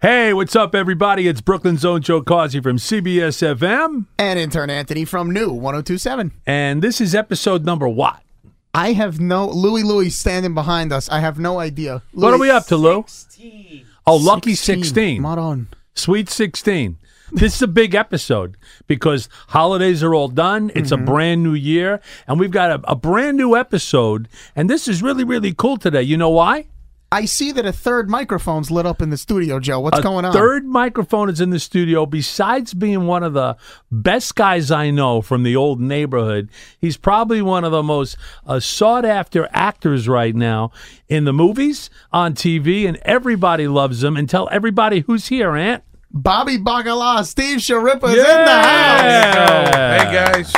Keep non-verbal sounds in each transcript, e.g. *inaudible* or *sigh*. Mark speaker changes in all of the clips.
Speaker 1: Hey, what's up, everybody? It's Brooklyn's own Joe Causey from CBS FM,
Speaker 2: And intern Anthony from New 1027.
Speaker 1: and this is episode number what?
Speaker 2: I have no Louie Louie standing behind us. I have no idea.
Speaker 1: What are we up to, Lou? Oh, lucky 16.
Speaker 2: Not on.
Speaker 1: Sweet 16. This is a big episode because holidays are all done. It's a brand new year, and we've got a, a brand new episode. And this is really, really cool today. You know why?
Speaker 2: I see that a third microphone's lit up in the studio, Joe. What's
Speaker 1: a
Speaker 2: going on?
Speaker 1: Third microphone is in the studio. Besides being one of the best guys I know from the old neighborhood, he's probably one of the most uh, sought after actors right now in the movies, on TV, and everybody loves him. And tell everybody who's here, Ant.
Speaker 2: Bobby Bagala, Steve Sharippa is in the house.
Speaker 3: Hey guys,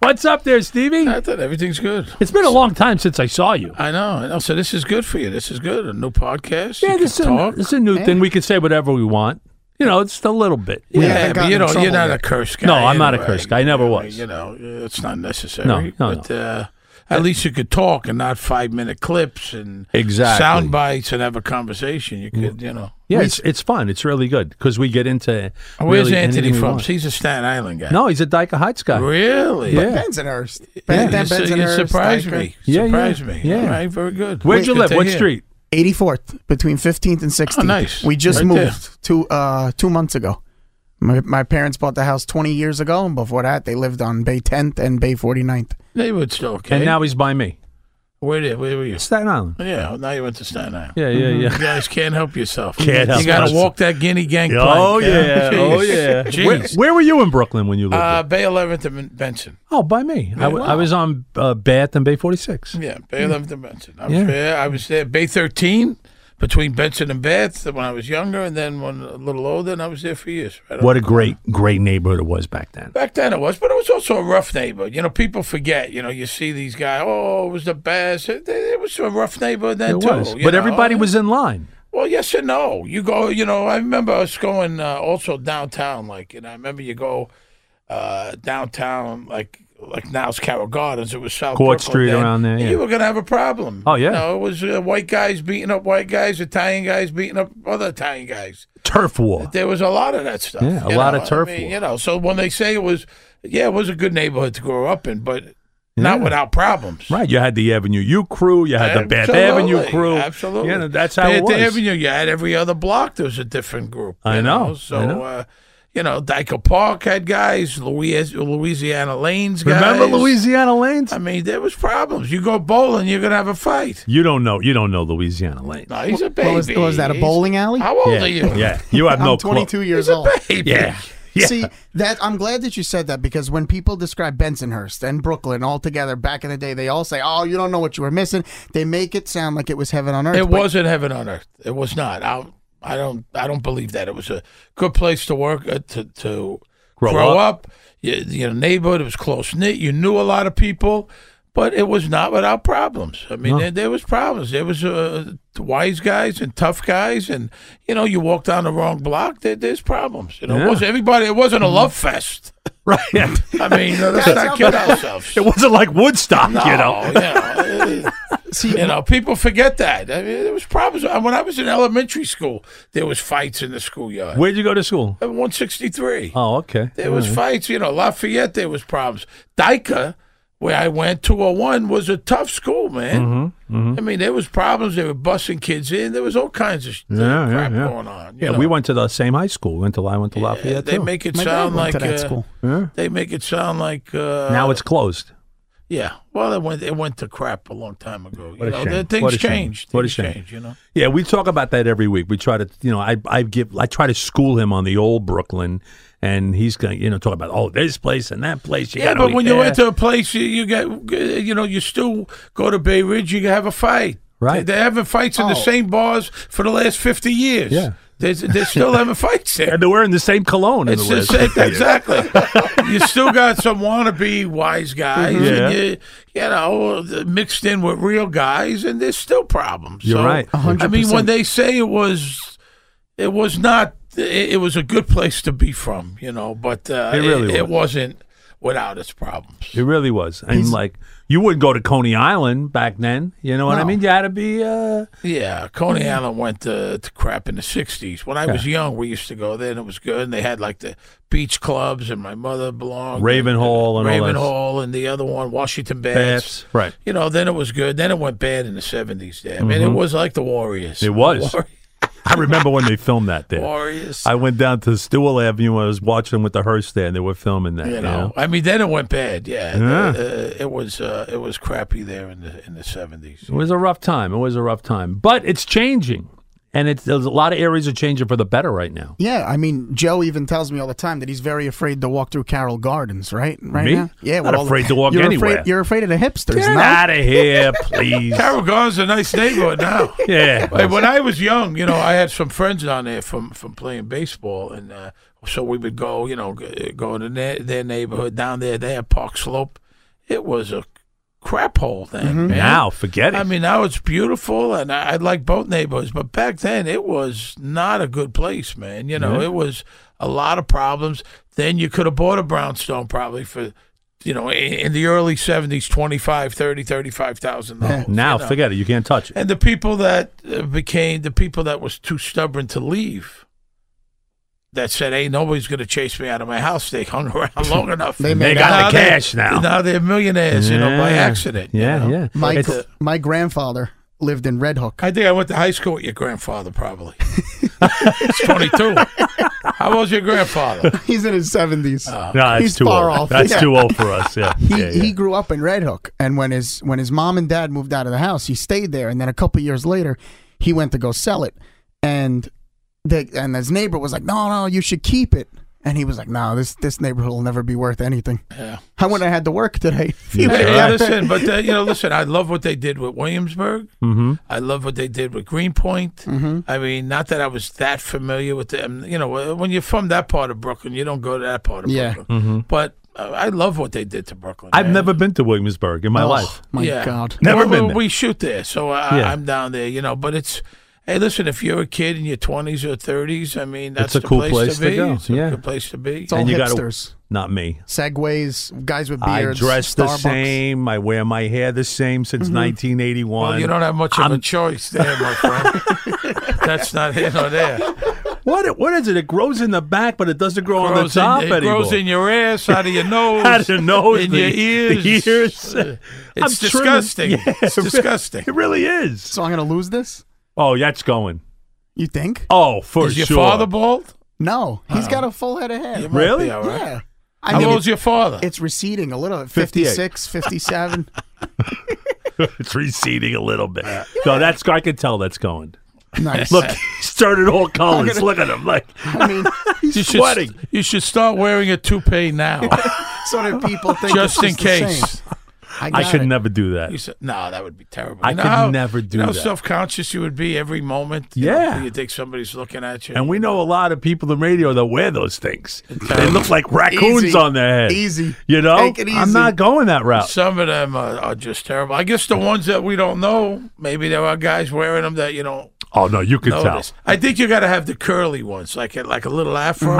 Speaker 1: What's up there, Stevie?
Speaker 3: Uh, I thought everything's good.
Speaker 1: It's been a long time since I saw you.
Speaker 3: I know, I know. So this is good for you. This is good. A new podcast.
Speaker 1: Yeah,
Speaker 3: you
Speaker 1: this is,
Speaker 3: can
Speaker 1: a,
Speaker 3: talk.
Speaker 1: this is a new thing. We can say whatever we want. You know, it's just a little bit.
Speaker 3: yeah,
Speaker 2: haven't
Speaker 3: but
Speaker 2: gotten
Speaker 3: you
Speaker 2: in
Speaker 3: know, you're
Speaker 2: trouble
Speaker 3: not
Speaker 2: yet.
Speaker 3: a curse guy.
Speaker 1: No, I'm not a
Speaker 3: anyway.
Speaker 1: curse guy. I never was.
Speaker 3: You know, it's not necessary.
Speaker 1: No, no, no.
Speaker 3: but Uh, at least you could talk and not five minute clips and
Speaker 1: Exactly.
Speaker 3: sound bites and have a conversation. You could, you know.
Speaker 1: Yeah, it's, it's fun. It's really good because we get into.
Speaker 3: Where's
Speaker 1: really
Speaker 3: Anthony
Speaker 1: anything we
Speaker 3: from?
Speaker 1: want.
Speaker 3: He's a Staten Island guy.
Speaker 1: No, he's a Dyke Heights guy.
Speaker 3: really.
Speaker 1: Yeah.
Speaker 2: Bensonhurst. Ben,
Speaker 3: You,
Speaker 2: Dan
Speaker 3: su- you
Speaker 2: Bensonhurst,
Speaker 3: surprised
Speaker 2: Steiker.
Speaker 3: me.
Speaker 1: Yeah, yeah,
Speaker 3: surprised me.
Speaker 1: yeah.
Speaker 3: All right, very good.
Speaker 1: Where'd you
Speaker 3: Good
Speaker 1: live?
Speaker 3: to
Speaker 1: What
Speaker 3: hear.
Speaker 1: street?
Speaker 2: 84th, between 15th and 16th.
Speaker 3: nice.
Speaker 2: We just
Speaker 3: Right
Speaker 2: moved
Speaker 3: there.
Speaker 2: two uh, two months ago. My, my parents bought the house 20 years ago, and before that, they lived on Bay 10th and Bay 49th.
Speaker 3: Neighborhood's still okay.
Speaker 1: And now he's by me.
Speaker 3: where did where were you?
Speaker 1: Staten Island.
Speaker 3: Yeah, now you went to Staten Island.
Speaker 1: Yeah, yeah, yeah.
Speaker 3: You guys can't help yourself.
Speaker 1: Can't help
Speaker 3: you got to
Speaker 1: myself.
Speaker 3: walk that guinea gang *laughs* plank.
Speaker 1: Oh yeah,
Speaker 3: *laughs* Jeez.
Speaker 1: oh yeah. Where,
Speaker 3: Jeez.
Speaker 1: where were you in Brooklyn when you lived?
Speaker 3: Uh, Bay 11th and Benson.
Speaker 1: there? oh, by me. I, w- I was on uh, Bath and Bay Forty Six.
Speaker 3: Yeah, Bay 11th and Benson. I was
Speaker 1: Yeah.
Speaker 3: there. I was there. Bay 13 between Benson and Bath when I was younger, and then when a little older, and I was there for years. Right
Speaker 1: What a great, great neighborhood it was back then.
Speaker 3: Back then it was, but it was also a rough neighborhood. You know, people forget. You know, you see these guys. Oh, it was the best. It, it was a rough neighborhood then
Speaker 1: It
Speaker 3: too.
Speaker 1: was,
Speaker 3: you
Speaker 1: but
Speaker 3: know? Oh,
Speaker 1: everybody was in line.
Speaker 3: Well, yes and no. You go, you know, I remember us going uh, also downtown, like, and I remember you go uh, downtown, like, like now's Carroll Gardens. It was South
Speaker 1: Court
Speaker 3: Brooklyn
Speaker 1: Street
Speaker 3: then,
Speaker 1: around there,
Speaker 3: and
Speaker 1: yeah.
Speaker 3: You were gonna have a problem.
Speaker 1: Oh, yeah.
Speaker 3: You know, it was uh, white guys beating up white guys, Italian guys beating up other Italian guys.
Speaker 1: Turf war.
Speaker 3: There was a lot of that stuff.
Speaker 1: Yeah, a
Speaker 3: you
Speaker 1: lot
Speaker 3: know?
Speaker 1: of turf
Speaker 3: I mean,
Speaker 1: war.
Speaker 3: you know, so when they say it was, yeah, it was a good neighborhood to grow up in, but not without problems.
Speaker 1: Right, you had the Avenue U crew, you had the Bath
Speaker 3: Absolutely,
Speaker 1: Avenue crew.
Speaker 3: Absolutely.
Speaker 1: You know, that's how
Speaker 3: Bath
Speaker 1: it was.
Speaker 3: Avenue, you had every other block, there was a different group.
Speaker 1: I
Speaker 3: you
Speaker 1: know, I
Speaker 3: So,
Speaker 1: know.
Speaker 3: Uh, you know, Dyke Park had guys, Louis- Louisiana Lanes guys.
Speaker 1: Remember Louisiana Lanes?
Speaker 3: I mean, there was problems. You go bowling, you're going to have a fight.
Speaker 1: You don't know. You don't know Louisiana Lanes.
Speaker 3: No, he's a baby.
Speaker 2: What was- was that, a
Speaker 3: He's-
Speaker 2: bowling alley?
Speaker 3: How old
Speaker 1: yeah,
Speaker 3: are you?
Speaker 1: yeah. You *laughs* have no
Speaker 2: I'm 22
Speaker 1: clue.
Speaker 2: years old.
Speaker 1: *laughs*
Speaker 3: Baby. *laughs*
Speaker 1: Yeah, yeah.
Speaker 2: See that I'm glad that you said that because when people describe Bensonhurst and Brooklyn all together back in the day, they all say, "Oh, you don't know what you were missing." They make it sound like it was heaven on earth. but
Speaker 3: It wasn't heaven on earth. It was not. I I don't I don't believe that. It was a good place to work uh, to to
Speaker 1: Grow
Speaker 3: grow, up. Your, your neighborhood it was close knit. You knew a lot of people, but it was not without problems. I mean, there, there was problems. There was uh, wise guys and tough guys, and you know, you walk down the wrong block. There, there's problems. You know,
Speaker 1: Yeah. Mm-hmm.
Speaker 3: it wasn't everybody. It wasn't a love fest.
Speaker 1: *laughs* Right.
Speaker 3: I mean, *laughs* let's not kid ourselves.
Speaker 1: It wasn't like Woodstock,
Speaker 3: No,
Speaker 1: you know. *laughs*
Speaker 3: yeah. you know, people forget that. I mean, there was problems Uh, when I was in elementary school. There was fights in the schoolyard.
Speaker 1: Where'd you go to school?
Speaker 3: At 163.
Speaker 1: Oh, okay.
Speaker 3: There was fights. You know, Lafayette. There was problems. Dyka, where I went, 201 was a tough school, man.
Speaker 1: Mm-hmm,
Speaker 3: I mean, there was problems. They were busing kids in. There was all kinds of yeah,
Speaker 1: Yeah, yeah,
Speaker 3: crap
Speaker 1: yeah.
Speaker 3: going on. you
Speaker 1: Yeah,
Speaker 3: know.
Speaker 1: we went to the same high school. We went to I went to Lafayette.
Speaker 3: They
Speaker 1: too.
Speaker 3: make it
Speaker 2: My dad
Speaker 3: sound
Speaker 2: went
Speaker 3: like
Speaker 2: to that
Speaker 3: uh,
Speaker 2: school.
Speaker 3: They make it sound like uh,
Speaker 1: now it's closed.
Speaker 3: Yeah, well, it went it went to crap a long time ago.
Speaker 1: What a
Speaker 3: you know,
Speaker 1: shame.
Speaker 3: the- Things
Speaker 1: What a shame.
Speaker 3: change.
Speaker 1: What a
Speaker 3: Things
Speaker 1: shame.
Speaker 3: change. You know.
Speaker 1: Yeah, we talk about that every week. We try to, you know, I I give I try to school him on the old Brooklyn, and he's going, to you know, talk about oh this place and that place. You
Speaker 3: Yeah,
Speaker 1: gotta
Speaker 3: but
Speaker 1: eat
Speaker 3: when you
Speaker 1: there.
Speaker 3: went to a place, you, you get you know you still go to Bay Ridge. You have a fight.
Speaker 1: Right.
Speaker 3: They, are having fights in the
Speaker 2: Oh.
Speaker 3: same bars for the last fifty years.
Speaker 1: Yeah.
Speaker 3: They're,
Speaker 1: *laughs*
Speaker 3: they're still having fights there.
Speaker 1: and they're wearing the same cologne.
Speaker 3: It's
Speaker 1: in the
Speaker 3: the
Speaker 1: last *laughs*
Speaker 3: same,
Speaker 1: fifty years.
Speaker 3: exactly. you still got some wannabe wise guys,
Speaker 1: Yeah.
Speaker 3: and you, you know, mixed in with real guys, and there's still problems.
Speaker 1: You're
Speaker 3: so,
Speaker 1: right. A
Speaker 2: hundred
Speaker 3: I mean,
Speaker 2: percent.
Speaker 3: when they say it was, it was not. It, it was a good place to be from, you know, but uh,
Speaker 1: It really
Speaker 3: it, it wasn't without its problems.
Speaker 1: It really was. And like you wouldn't go to Coney Island back then. You know what I
Speaker 2: No.
Speaker 1: mean? You had to be uh
Speaker 3: Yeah, Coney Island went to, to crap in the '60s. When I was young, we used to go there, and it was good. And they had like the beach clubs, and my mother belonged
Speaker 1: Raven Hall and all
Speaker 3: Raven
Speaker 1: that.
Speaker 3: Hall, and the other one, Washington Baths.
Speaker 1: Baths. Right.
Speaker 3: You know, then it was good. Then it went bad in the '70s. There, I mean, it was like the Warriors.
Speaker 1: Mm-hmm. It was.
Speaker 3: Warri-
Speaker 1: I remember when they filmed that there.
Speaker 3: Warriors.
Speaker 1: I went down to Stewart Avenue and I was watching with the Hearst there and they were filming that.
Speaker 3: you know, I mean, then it went bad. Yeah, Uh, uh, it was uh, it was crappy there in the in the '70s.
Speaker 1: It was a rough time. It was a rough time. But it's changing. And it's there's a lot of areas are changing for the better right now.
Speaker 2: Yeah, I mean, Joe even tells me all the time that he's very afraid to walk through Carroll Gardens, right? Right
Speaker 1: Me?
Speaker 2: now? Yeah,
Speaker 1: Not
Speaker 2: with all the-
Speaker 1: afraid to walk
Speaker 2: you're
Speaker 1: anywhere.
Speaker 2: Afraid, you're afraid of the hipsters,
Speaker 1: Get
Speaker 2: no?
Speaker 1: out of here, please.
Speaker 3: Carol Garden's a nice neighborhood now.
Speaker 1: yeah.
Speaker 3: Hey, when I was young, you know, I had some friends down there from from playing baseball, and uh, so we would go, you know, g- go to their, their neighborhood down there. They had Park Slope. It was a crap hole then. man.
Speaker 1: Mm-hmm. Now, forget it.
Speaker 3: I mean, now it's beautiful, and I, I like both neighborhoods. But back then, it was not a good place, man. You know, it was a lot of problems. Then you could have bought a brownstone probably for, you know, i- in the early 70s, 25 30 $35,000.
Speaker 1: now,
Speaker 3: you know.
Speaker 1: forget it. You can't touch it.
Speaker 3: And the people that uh, became the people that was too stubborn to leave, that said, "Hey, nobody's going to chase me out of my house." They hung
Speaker 2: *laughs*
Speaker 3: around long enough.
Speaker 2: They
Speaker 3: And
Speaker 2: made
Speaker 1: out. They got the
Speaker 3: they-
Speaker 1: cash now.
Speaker 3: Now they're millionaires, you know, by
Speaker 1: Yeah.
Speaker 3: accident. you
Speaker 1: Yeah,
Speaker 3: know?
Speaker 1: yeah.
Speaker 2: My,
Speaker 1: It's-
Speaker 2: gr- my grandfather lived in Red Hook. *laughs*
Speaker 3: I think I went to high school with your grandfather. Probably. *laughs* it's
Speaker 1: *laughs*
Speaker 3: twenty-two. How old's your grandfather?
Speaker 2: He's in his 70s.
Speaker 1: no,
Speaker 3: uh,
Speaker 1: that's
Speaker 2: He's
Speaker 1: too
Speaker 2: far
Speaker 1: old.
Speaker 2: off.
Speaker 1: That's
Speaker 2: Yeah.
Speaker 1: too old for us.
Speaker 3: *laughs*
Speaker 1: Yeah.
Speaker 2: he,
Speaker 1: yeah, yeah.
Speaker 2: he grew up in Red Hook, and when his when his mom and dad moved out of the house, he stayed there, and then a couple years later, he went to go sell it, and the and his neighbor was like, "No, no, you should keep it," and he was like, "No, this this neighborhood will never be worth anything."
Speaker 3: Yeah.
Speaker 2: I wouldn't have had to work today. *laughs* He
Speaker 1: That's
Speaker 2: would've
Speaker 3: Hey,
Speaker 1: right.
Speaker 2: had to-
Speaker 3: listen, but uh, you know, listen. I love what they did with Williamsburg.
Speaker 1: Mm-hmm.
Speaker 3: I love what they did with Greenpoint.
Speaker 2: Mm-hmm.
Speaker 3: I mean, not that I was that familiar with them. You know, uh, when you're from that part of Brooklyn, you don't go to that part of
Speaker 2: Yeah.
Speaker 3: Brooklyn. But uh, I love what they did to Brooklyn.
Speaker 1: Mm-hmm. I've
Speaker 3: man.
Speaker 1: never been to Williamsburg in my
Speaker 2: Oh,
Speaker 1: life.
Speaker 2: My
Speaker 3: Yeah.
Speaker 2: God,
Speaker 1: Never
Speaker 3: Well,
Speaker 1: been
Speaker 3: we-
Speaker 1: there.
Speaker 3: We shoot there, so uh, I,
Speaker 1: Yeah.
Speaker 3: I'm down there. You know, but it's. Hey, listen. If you're a kid in your 20s or 30s, I mean, that's
Speaker 1: a
Speaker 3: the
Speaker 1: cool
Speaker 3: place,
Speaker 1: place
Speaker 3: to
Speaker 1: to
Speaker 3: be.
Speaker 1: go,
Speaker 3: It's a
Speaker 1: yeah.
Speaker 3: good place to be.
Speaker 2: it's all
Speaker 1: And you gotta-
Speaker 2: hipsters,
Speaker 1: Not me.
Speaker 2: segways, guys with
Speaker 1: I
Speaker 2: beards.
Speaker 1: dress the
Speaker 2: Starbucks.
Speaker 1: same. I wear my hair the same since 1981.
Speaker 3: Mm-hmm. Well, you don't have much of a choice there, my
Speaker 2: *laughs*
Speaker 3: friend. that's not here nor there.
Speaker 1: what? What is it? It grows in the back, but it doesn't grow on the
Speaker 3: Grows in-
Speaker 1: top
Speaker 3: it
Speaker 1: anymore.
Speaker 3: grows in your ass,
Speaker 1: *laughs*
Speaker 3: out of your nose,
Speaker 1: out of nose,
Speaker 3: *laughs* in
Speaker 1: the,
Speaker 3: your ears.
Speaker 1: the ears.
Speaker 3: Uh, It's
Speaker 1: I'm trimming-
Speaker 3: disgusting.
Speaker 1: Yeah,
Speaker 3: It's
Speaker 1: it re-
Speaker 3: disgusting.
Speaker 1: It really is.
Speaker 2: So I'm gonna lose this.
Speaker 1: Oh, that's going.
Speaker 2: You think?
Speaker 1: Oh, for
Speaker 3: Is
Speaker 1: sure.
Speaker 3: your father bald?
Speaker 2: No, he's got a full head of
Speaker 3: You
Speaker 2: hair.
Speaker 3: might
Speaker 1: Really?
Speaker 3: be all right.
Speaker 2: Yeah.
Speaker 3: How
Speaker 2: I mean,
Speaker 3: old's
Speaker 2: it,
Speaker 3: your father?
Speaker 2: it's receding a little.
Speaker 1: 58. *laughs*
Speaker 2: 56, 57.
Speaker 1: *laughs* it's receding a little bit. No, that's. I can tell that's going.
Speaker 2: Nice.
Speaker 1: Look, *laughs* he's turning
Speaker 3: *laughs*
Speaker 1: all colors. Look at him. Like
Speaker 2: I *laughs* mean,
Speaker 3: you should,
Speaker 1: sweating.
Speaker 3: You should start wearing a
Speaker 1: *laughs*
Speaker 3: toupee now,
Speaker 2: so that people think
Speaker 3: just
Speaker 2: it's
Speaker 3: in
Speaker 2: the same.
Speaker 3: case.
Speaker 1: I
Speaker 2: got
Speaker 1: should
Speaker 2: it.
Speaker 1: never do that.
Speaker 3: You said, no, that would be terrible.
Speaker 1: I
Speaker 3: You know
Speaker 1: could
Speaker 3: how-
Speaker 1: never do
Speaker 3: you know
Speaker 1: that.
Speaker 3: How self-conscious you would be every moment. You
Speaker 1: Yeah.
Speaker 3: know, you think somebody's looking at you.
Speaker 1: And we know a lot of people in radio that wear those things. They
Speaker 3: terrible.
Speaker 1: look like raccoons
Speaker 2: Easy.
Speaker 1: on their head.
Speaker 2: Easy.
Speaker 1: You know?
Speaker 2: Take it
Speaker 1: I'm
Speaker 2: easy.
Speaker 1: not going that route.
Speaker 3: some of them are, are just terrible. I guess the ones that we don't know, maybe there are guys wearing them that you don't
Speaker 1: Oh, no, you could tell.
Speaker 3: notice. I think you got to have the curly ones, like a, like a little afro.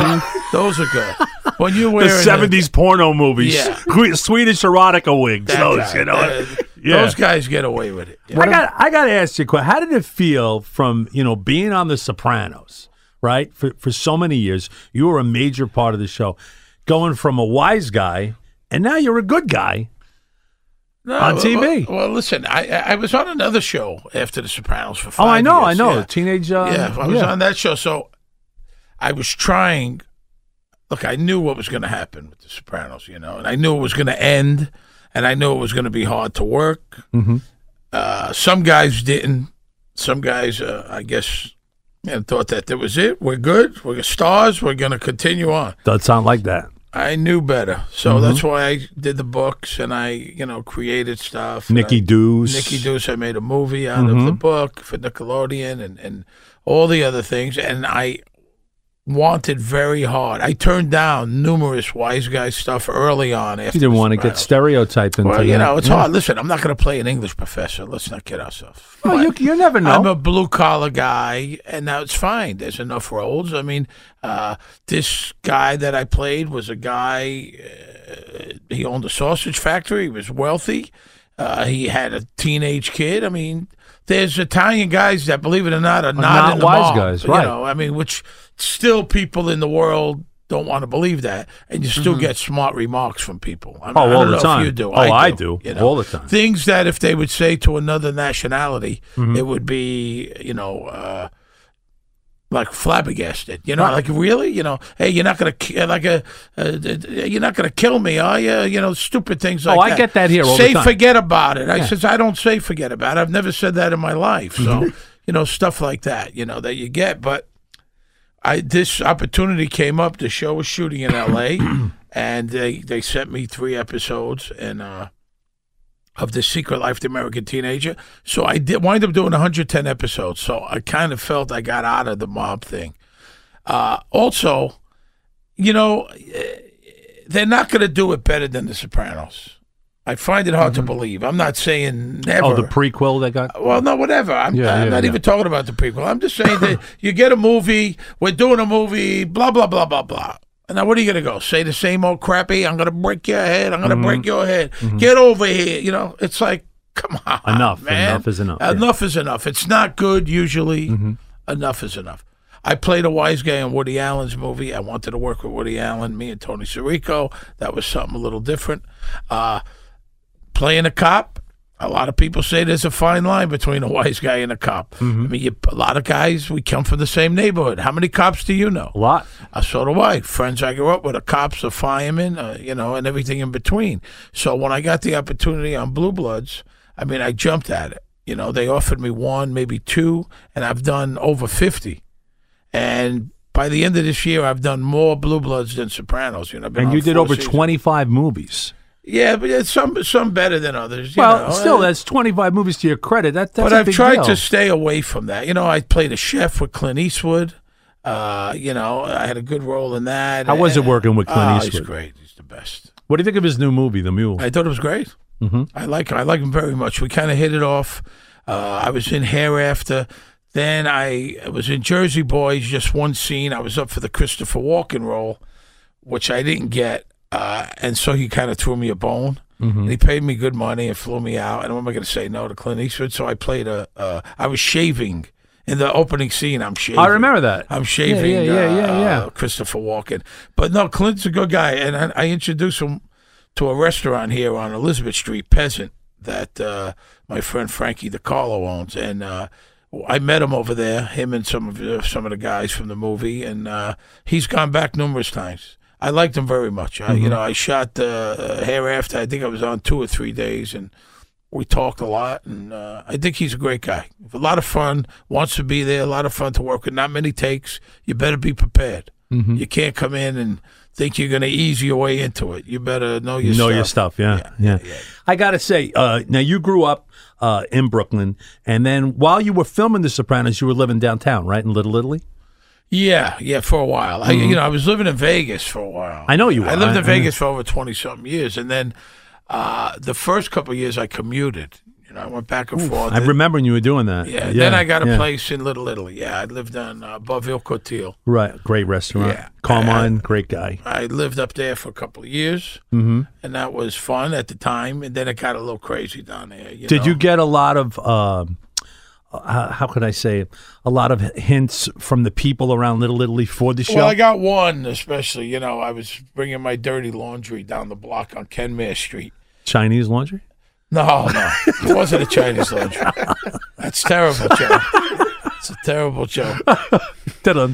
Speaker 3: Those are good. When you're
Speaker 1: Mm-hmm. The
Speaker 3: wearing
Speaker 1: 70s porno movies.
Speaker 3: Yeah.
Speaker 1: Gre- Swedish erotica wigs.
Speaker 3: that
Speaker 1: Those,
Speaker 3: guy,
Speaker 1: you know?
Speaker 3: uh,
Speaker 1: Yeah.
Speaker 3: those guys get away with it. Yeah.
Speaker 1: I got I got to ask you a question. How did it feel from you know being on The Sopranos, right? For for so many years, you were a major part of the show, going from a wise guy and now you're a good guy.
Speaker 3: No,
Speaker 1: on
Speaker 3: well,
Speaker 1: TV.
Speaker 3: Well, listen, I I I was on another show after The Sopranos for five
Speaker 1: Oh, I know,
Speaker 3: years,
Speaker 1: I know.
Speaker 3: yeah.
Speaker 1: Teenage. Uh,
Speaker 3: yeah, I was on that show, so I was trying. Look, I knew what was going to happen with The Sopranos, you know, and I knew it was going to end, and I knew it was going to be hard to work. Uh, some guys didn't. Some guys, uh, I guess, you know, thought that that was it. We're good. We're stars. We're going to continue on.
Speaker 1: Doesn't sound like that.
Speaker 3: I knew better, so that's why I did the books and I, you know, created stuff. and I-
Speaker 1: Nikki Deuce.
Speaker 3: Nicky Deuce. I made a movie out of the
Speaker 1: Mm-hmm.
Speaker 3: book for Nickelodeon and, and all the other things. And I wanted very hard. I turned down numerous Wise Guy stuff early on. After
Speaker 1: You didn't
Speaker 3: The
Speaker 1: want to get
Speaker 3: Sopranos.
Speaker 1: stereotyped into
Speaker 3: Well, you
Speaker 1: that.
Speaker 3: know, it's
Speaker 1: Yeah.
Speaker 3: hard. Listen, I'm not going to play an English professor. Let's not kid ourselves.
Speaker 1: Well, you,
Speaker 3: But
Speaker 1: you never know.
Speaker 3: I'm a blue collar guy, and now it's fine. There's enough roles. I mean, uh, this guy that I played was a guy uh, he owned a sausage factory. He was wealthy. Uh, he had a teenage kid. I mean, there's Italian guys that, believe it or not, are, not,
Speaker 1: not
Speaker 3: in the
Speaker 1: wise
Speaker 3: mob,
Speaker 1: guys,
Speaker 3: you
Speaker 1: right.
Speaker 3: know, I mean, which still people in the world don't want to believe that, and you still get smart remarks from people. I mean,
Speaker 1: Mm-hmm. Oh,
Speaker 3: I don't
Speaker 1: all the
Speaker 3: know if
Speaker 1: time.
Speaker 3: you do.
Speaker 1: Oh, I do.
Speaker 3: you
Speaker 1: All the time.
Speaker 3: Things that if they would say to another nationality,
Speaker 1: Mm-hmm.
Speaker 3: it would be, you know. Uh, like flabbergasted, you know, like really, you know, hey, you're not gonna ki- like a, uh, d- d- you're not gonna kill me, are you? You know, stupid things like
Speaker 1: Oh, I
Speaker 3: that.
Speaker 1: get that here all the
Speaker 3: say
Speaker 1: time.
Speaker 3: forget about it. I says I don't say forget about it. I've never said that in my life.
Speaker 1: Mm-hmm.
Speaker 3: So *laughs* you know, stuff like that, you know, that you get. But I this opportunity came up. The show was shooting
Speaker 1: *clears throat*
Speaker 3: in L.A. and they they sent me three episodes and uh of the secret life of the american teenager so i did wind up doing 110 episodes so i kind of felt i got out of the mob thing uh also you know eh, they're not going to do it better than the sopranos i find it hard to believe i'm not saying never
Speaker 1: Mm-hmm. Oh, the prequel that got.
Speaker 3: well, no, whatever. I'm,
Speaker 1: Yeah,
Speaker 3: I'm
Speaker 1: yeah,
Speaker 3: not
Speaker 1: yeah.
Speaker 3: even talking about the prequel. I'm just saying
Speaker 1: *laughs*
Speaker 3: that you get a movie, we're doing a movie, blah, blah, blah, blah, blah. And Now, what are you going to go? Say the same old crappy, I'm going to break your head, I'm going to
Speaker 1: Mm-hmm.
Speaker 3: break your head. Get over here. You know, it's like, come on.
Speaker 1: Enough.
Speaker 3: Ah, man. Uh,
Speaker 1: Enough is enough. Yeah. Mm-hmm.
Speaker 3: Enough is enough. It's not good usually. Enough is enough. I played a wise guy in Woody Allen's movie. I wanted to work with Woody Allen, me and Tony Sirico. That was something a little different. Uh, playing a cop. A lot of people say there's a fine line between a wise guy and a cop. I mean, you, a lot of guys, we come from the same neighborhood. How many cops do you know?
Speaker 1: A lot.
Speaker 3: Uh, so do I. Friends I grew up with, are cops, a fireman, uh, you know, and everything in between. So when I got the opportunity on Blue Bloods, I mean, I jumped at it. You know, they offered me one, maybe two, and I've done over 50. And by the end of this year, I've done more Blue Bloods than Sopranos. You know, I've been
Speaker 1: And
Speaker 3: on
Speaker 1: you did
Speaker 3: four
Speaker 1: over
Speaker 3: seasons.
Speaker 1: 25 movies.
Speaker 3: Yeah, but it's some some better than others. you
Speaker 1: Well,
Speaker 3: know.
Speaker 1: still,
Speaker 3: Uh,
Speaker 1: that's 25 movies to your credit. That, that's
Speaker 3: but
Speaker 1: a
Speaker 3: I've
Speaker 1: big
Speaker 3: tried
Speaker 1: deal.
Speaker 3: to stay away from that. You know, I played a chef with Clint Eastwood. Uh, you know, I had a good role in that.
Speaker 1: How was it working with Clint
Speaker 3: Oh,
Speaker 1: Eastwood?
Speaker 3: He's great. He's the best.
Speaker 1: What do you think of his new movie, The Mule?
Speaker 3: I thought it was great. Mm-hmm. I like him. I like him very much. We kind of hit it off. Uh, I was in Hair after. Then I was in Jersey Boys, just one scene. I was up for the Christopher Walken role, which I didn't get. Uh, and so he kind of threw me a bone.
Speaker 1: Mm-hmm.
Speaker 3: And he paid me good money and flew me out. And what am I going to say no to Clint Eastwood? So I played a. Uh, I was shaving in the opening scene. I'm shaving.
Speaker 1: I remember that.
Speaker 3: I'm shaving.
Speaker 1: Yeah, yeah, yeah, yeah,
Speaker 3: uh,
Speaker 1: yeah.
Speaker 3: uh, Christopher Walken. But no, Clint's a good guy, and I, I introduced him to a restaurant here on Elizabeth Street, Peasant, that uh, my friend Frankie DiCarlo owns, and uh, I met him over there. Him and some of the, some of the guys from the movie, and uh, he's gone back numerous times. I liked him very much. I,
Speaker 1: Mm-hmm.
Speaker 3: you know, I shot uh, Hair After. I think I was on two or three days, and we talked a lot, and uh, I think he's a great guy. A lot of fun, wants to be there, a lot of fun to work with. Not many takes. You better be prepared.
Speaker 1: Mm-hmm.
Speaker 3: You can't come in and think you're going to ease your way into it. You better know your
Speaker 1: know
Speaker 3: stuff.
Speaker 1: your stuff. Yeah, yeah. I gotta say, uh, now you grew up uh, in Brooklyn, and then while you were filming The Sopranos, you were living downtown, right in Little Italy.
Speaker 3: Yeah, yeah, for a while. I, you know, I was living in Vegas for a while.
Speaker 1: Mm-hmm. I know you
Speaker 3: I
Speaker 1: were.
Speaker 3: lived
Speaker 1: I-
Speaker 3: in
Speaker 1: I
Speaker 3: Vegas for over twenty something years, and then uh, the first couple of years I commuted. You know, I went back and forth.
Speaker 1: I remember when you were doing that.
Speaker 3: yeah, then I got a
Speaker 1: yeah.
Speaker 3: place in Little Italy. Yeah, I lived on uh, above Il Cotillo.
Speaker 1: Right, great restaurant.
Speaker 3: Yeah.
Speaker 1: Carmine, great guy.
Speaker 3: I lived up there for a couple of years, mm-hmm. and that was fun at the time. And then it got a little crazy down there. You
Speaker 1: Did
Speaker 3: know?
Speaker 1: you get a lot of? um uh, how could I say it? A lot of hints from the people around Little Italy for the show.
Speaker 3: Well, I got one especially. You know, I was bringing my dirty laundry down the block on Kenmare Street.
Speaker 1: Chinese laundry.
Speaker 3: No, no, it wasn't a Chinese
Speaker 1: *laughs*
Speaker 3: laundry. That's terrible, Joe. It's a terrible joke.
Speaker 1: Ta-da.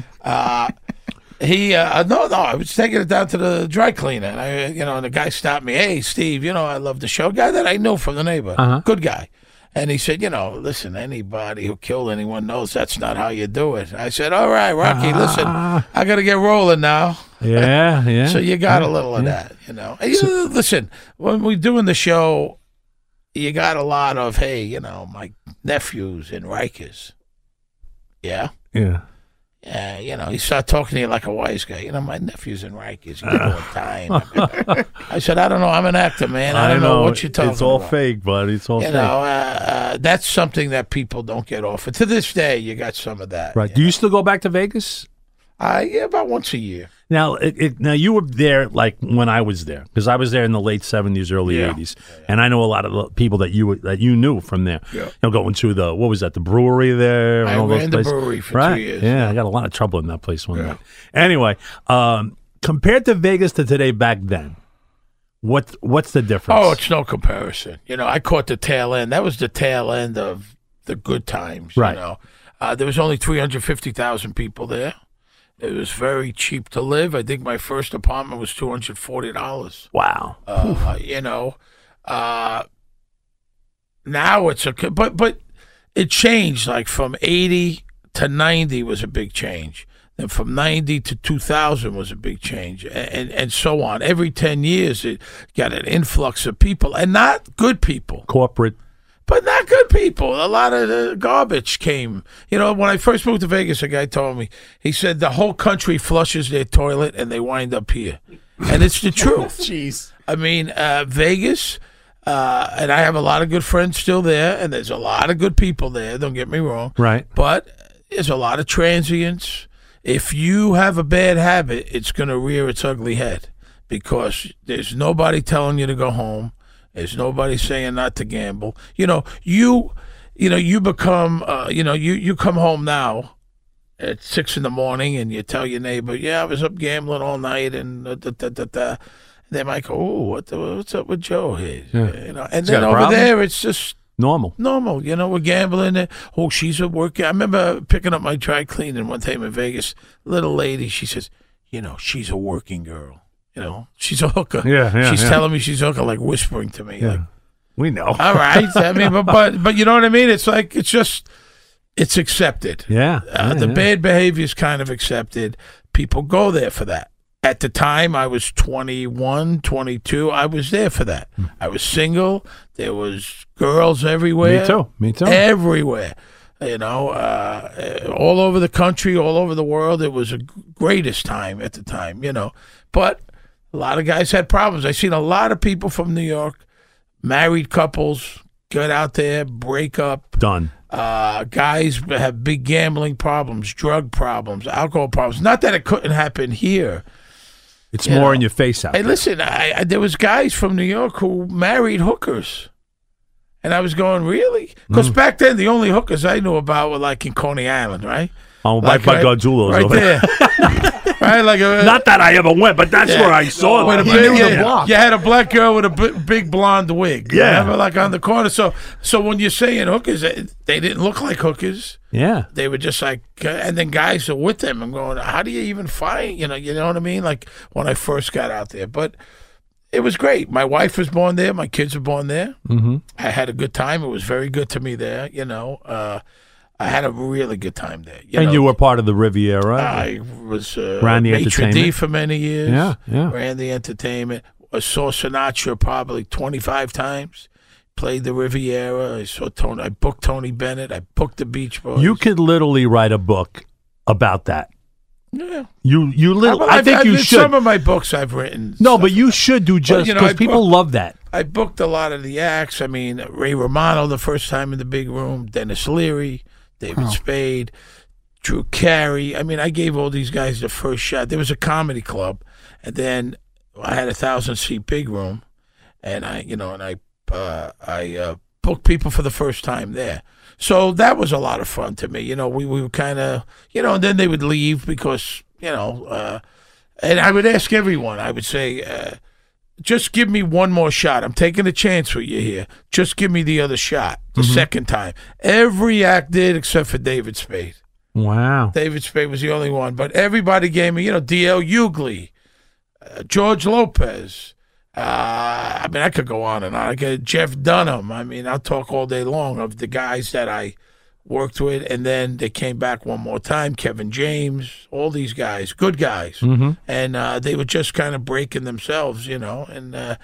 Speaker 3: He, uh, no, no, I was taking it down to the dry cleaner, and I, you know, and the guy stopped me. Hey, Steve, you know, I love the show. Guy that I knew from the neighborhood,
Speaker 1: Uh-huh.
Speaker 3: good guy. And he said, you know, listen, anybody who killed anyone knows that's not how you do it. I said, all right, Rocky,
Speaker 1: Uh-huh.
Speaker 3: listen, I got to get rolling now.
Speaker 1: Ah. Yeah, yeah.
Speaker 3: So you got a little of that, you know. And, you know, Listen, when we're doing the show, you got a lot of hey, you know, my nephews in Rikers. Yeah,
Speaker 1: yeah.
Speaker 3: yeah, you know, he started talking to you like a wise guy. You know, my nephews in Rikers. You
Speaker 1: *laughs*
Speaker 3: know, time. I said, I don't know. I'm an actor, man. I don't know, what you're talking
Speaker 1: It's all
Speaker 3: about.
Speaker 1: fake, buddy. It's all
Speaker 3: You
Speaker 1: fake.
Speaker 3: know, uh, uh, that's something that people don't get offered. To this day, you got some of that.
Speaker 1: Right.
Speaker 3: you
Speaker 1: Do you still go back to Vegas?
Speaker 3: Uh, yeah, about once a year.
Speaker 1: Now, it, it, now you were there like when I was there because I was there in the late seventies, early
Speaker 3: Yeah.
Speaker 1: eighties, and I know a lot of the people that you were- that you knew from there.
Speaker 3: Yeah.
Speaker 1: You know, going to the what was that, the brewery there? and
Speaker 3: I
Speaker 1: all those
Speaker 3: ran the
Speaker 1: places.
Speaker 3: brewery for two
Speaker 1: right?
Speaker 3: years,
Speaker 1: Yeah, I got a lot of trouble in that place one night. Anyway, um, compared to Vegas to today back then, what what's the difference?
Speaker 3: Oh, it's no comparison. You know, I caught the tail end. That was the tail end of the good times.
Speaker 1: Right.
Speaker 3: You know, uh, there was only three hundred fifty thousand people there. It was very cheap to live. I think my first apartment was two hundred forty dollars.
Speaker 1: wow.
Speaker 3: uh, you know uh now it's a co- but but it changed like from 80 to 90 was a big change and from 90 to 2000 was a big change and and, and so on every 10 years it got an influx of people and not good people
Speaker 1: Corporate.
Speaker 3: but not good people. A lot of the garbage came. You know, when I first moved to Vegas, a guy told me, he said, the whole country flushes their toilet and they wind up here. And it's
Speaker 1: *laughs*
Speaker 3: the truth.
Speaker 2: Jeez.
Speaker 3: I mean, uh, Vegas, uh, and I have a lot of good friends still there, and there's a lot of good people there. Don't get me wrong.
Speaker 1: Right.
Speaker 3: But there's a lot of transients. If you have a bad habit, it's going to rear its ugly head because there's nobody telling you to go home. There's nobody saying not to gamble. You know, you, you know, you become, uh, you know, you you come home now at six in the morning and you tell your neighbor, "Yeah, I was up gambling all night," and da, da, da, da, da. they might go, "Oh, what the, what's up with Joe here?" You know,
Speaker 1: got
Speaker 3: and then
Speaker 1: a
Speaker 3: over
Speaker 1: problem?
Speaker 3: there, it's just
Speaker 1: Normal.
Speaker 3: normal. You know, we're gambling. uh, Oh, she's at work. I remember picking up my dry cleaning one time in Vegas. Little lady, she says, you know, she's a working girl. You know, she's a hooker.
Speaker 1: Yeah, yeah,
Speaker 3: She's
Speaker 1: yeah.
Speaker 3: telling me she's a hooker, like whispering to me, like,
Speaker 1: We know.
Speaker 3: all right. I mean, but, but but you know what I mean? It's like it's just it's accepted.
Speaker 1: yeah.
Speaker 3: Uh,
Speaker 1: yeah,
Speaker 3: the
Speaker 1: yeah.
Speaker 3: bad behavior is kind of accepted. People go there for that. At the time, I was 21, 22. I was there for that.
Speaker 1: Hmm.
Speaker 3: I was single. There was girls everywhere.
Speaker 1: Me too. Me too.
Speaker 3: Everywhere. You know, uh, uh, all over the country, all over the world. It was the greatest time at the time, you know. But a lot of guys had problems. I seen a lot of people from New York, married couples, get out there, break up,
Speaker 1: Done.
Speaker 3: uh, guys have big gambling problems, drug problems, alcohol problems. Not that it couldn't happen here.
Speaker 1: It's
Speaker 3: You
Speaker 1: more
Speaker 3: know.
Speaker 1: in your face out.
Speaker 3: Hey,
Speaker 1: there.
Speaker 3: listen, I, I, there was guys from New York who married hookers, and I was going really
Speaker 1: Hmm.
Speaker 3: because back then the only hookers I knew about were like in Coney Island, right?
Speaker 1: Oh,
Speaker 3: Like,
Speaker 1: by, by
Speaker 3: right-
Speaker 1: Gargiulos
Speaker 3: right
Speaker 1: over *laughs*
Speaker 3: there, right? Like a,
Speaker 1: Not that I ever went, but that's
Speaker 3: Yeah.
Speaker 1: where I saw
Speaker 3: with a
Speaker 1: it.
Speaker 2: He
Speaker 3: big,
Speaker 2: knew the
Speaker 3: yeah,
Speaker 2: block.
Speaker 3: You had a black girl with a b- big blonde wig.
Speaker 1: Yeah.
Speaker 3: remember, like on the corner. So, so when you're saying hookers, they they didn't look like hookers.
Speaker 1: Yeah.
Speaker 3: they were just like, and then guys are with them. I'm going, how do you even find, you know, you know what I mean? Like when I first got out there, but it was great. My wife was born there. My kids were born there. Mm-hmm. I had a good time. It was very good to me there. You know, uh, I had a really good time there. You
Speaker 1: and
Speaker 3: know,
Speaker 1: you were part of the Riviera.
Speaker 3: I was uh,
Speaker 1: Ran the
Speaker 3: maitre d'
Speaker 1: entertainment.
Speaker 3: for many years.
Speaker 1: Yeah, yeah.
Speaker 3: Ran the entertainment. I saw Sinatra probably 25 times. Played the Riviera. I saw Tony. I booked Tony Bennett. I booked the Beach Boys.
Speaker 1: you could literally write a book about that.
Speaker 3: Yeah.
Speaker 1: You you literally.
Speaker 3: Well,
Speaker 1: I
Speaker 3: I've-
Speaker 1: think
Speaker 3: I've-
Speaker 1: you
Speaker 3: in
Speaker 1: should.
Speaker 3: Some of my books I've written.
Speaker 1: no, but you should do just
Speaker 3: you
Speaker 1: because
Speaker 3: know, I
Speaker 1: people
Speaker 3: book-
Speaker 1: love that.
Speaker 3: I booked a lot of the acts. I mean, Ray Romano the first time in the big room, Dennis Leary, David Spade, Drew Carey. I mean, I gave all these guys the first shot. There was a comedy club, and then I had a thousand seat big room, and I, you know, and I, uh, I uh, booked people for the first time there. So that was a lot of fun to me. You know, we, we were kind of, you know, and then they would leave because, you know, uh, and I would ask everyone. I would say. Uh, just give me one more shot. I'm taking a chance with you here. Just give me the other shot, the second time. Every act did except for David Spade.
Speaker 1: Wow.
Speaker 3: David Spade was the only one, but everybody gave me, you know, D.L. Hughley, uh, George Lopez. Uh, I mean, I could go on and on. I could, Jeff Dunham. I mean, I'll talk all day long of the guys that I worked with, and then they came back one more time. Kevin James, all these guys, good guys, and uh, they were just kind of breaking themselves, you know. And uh,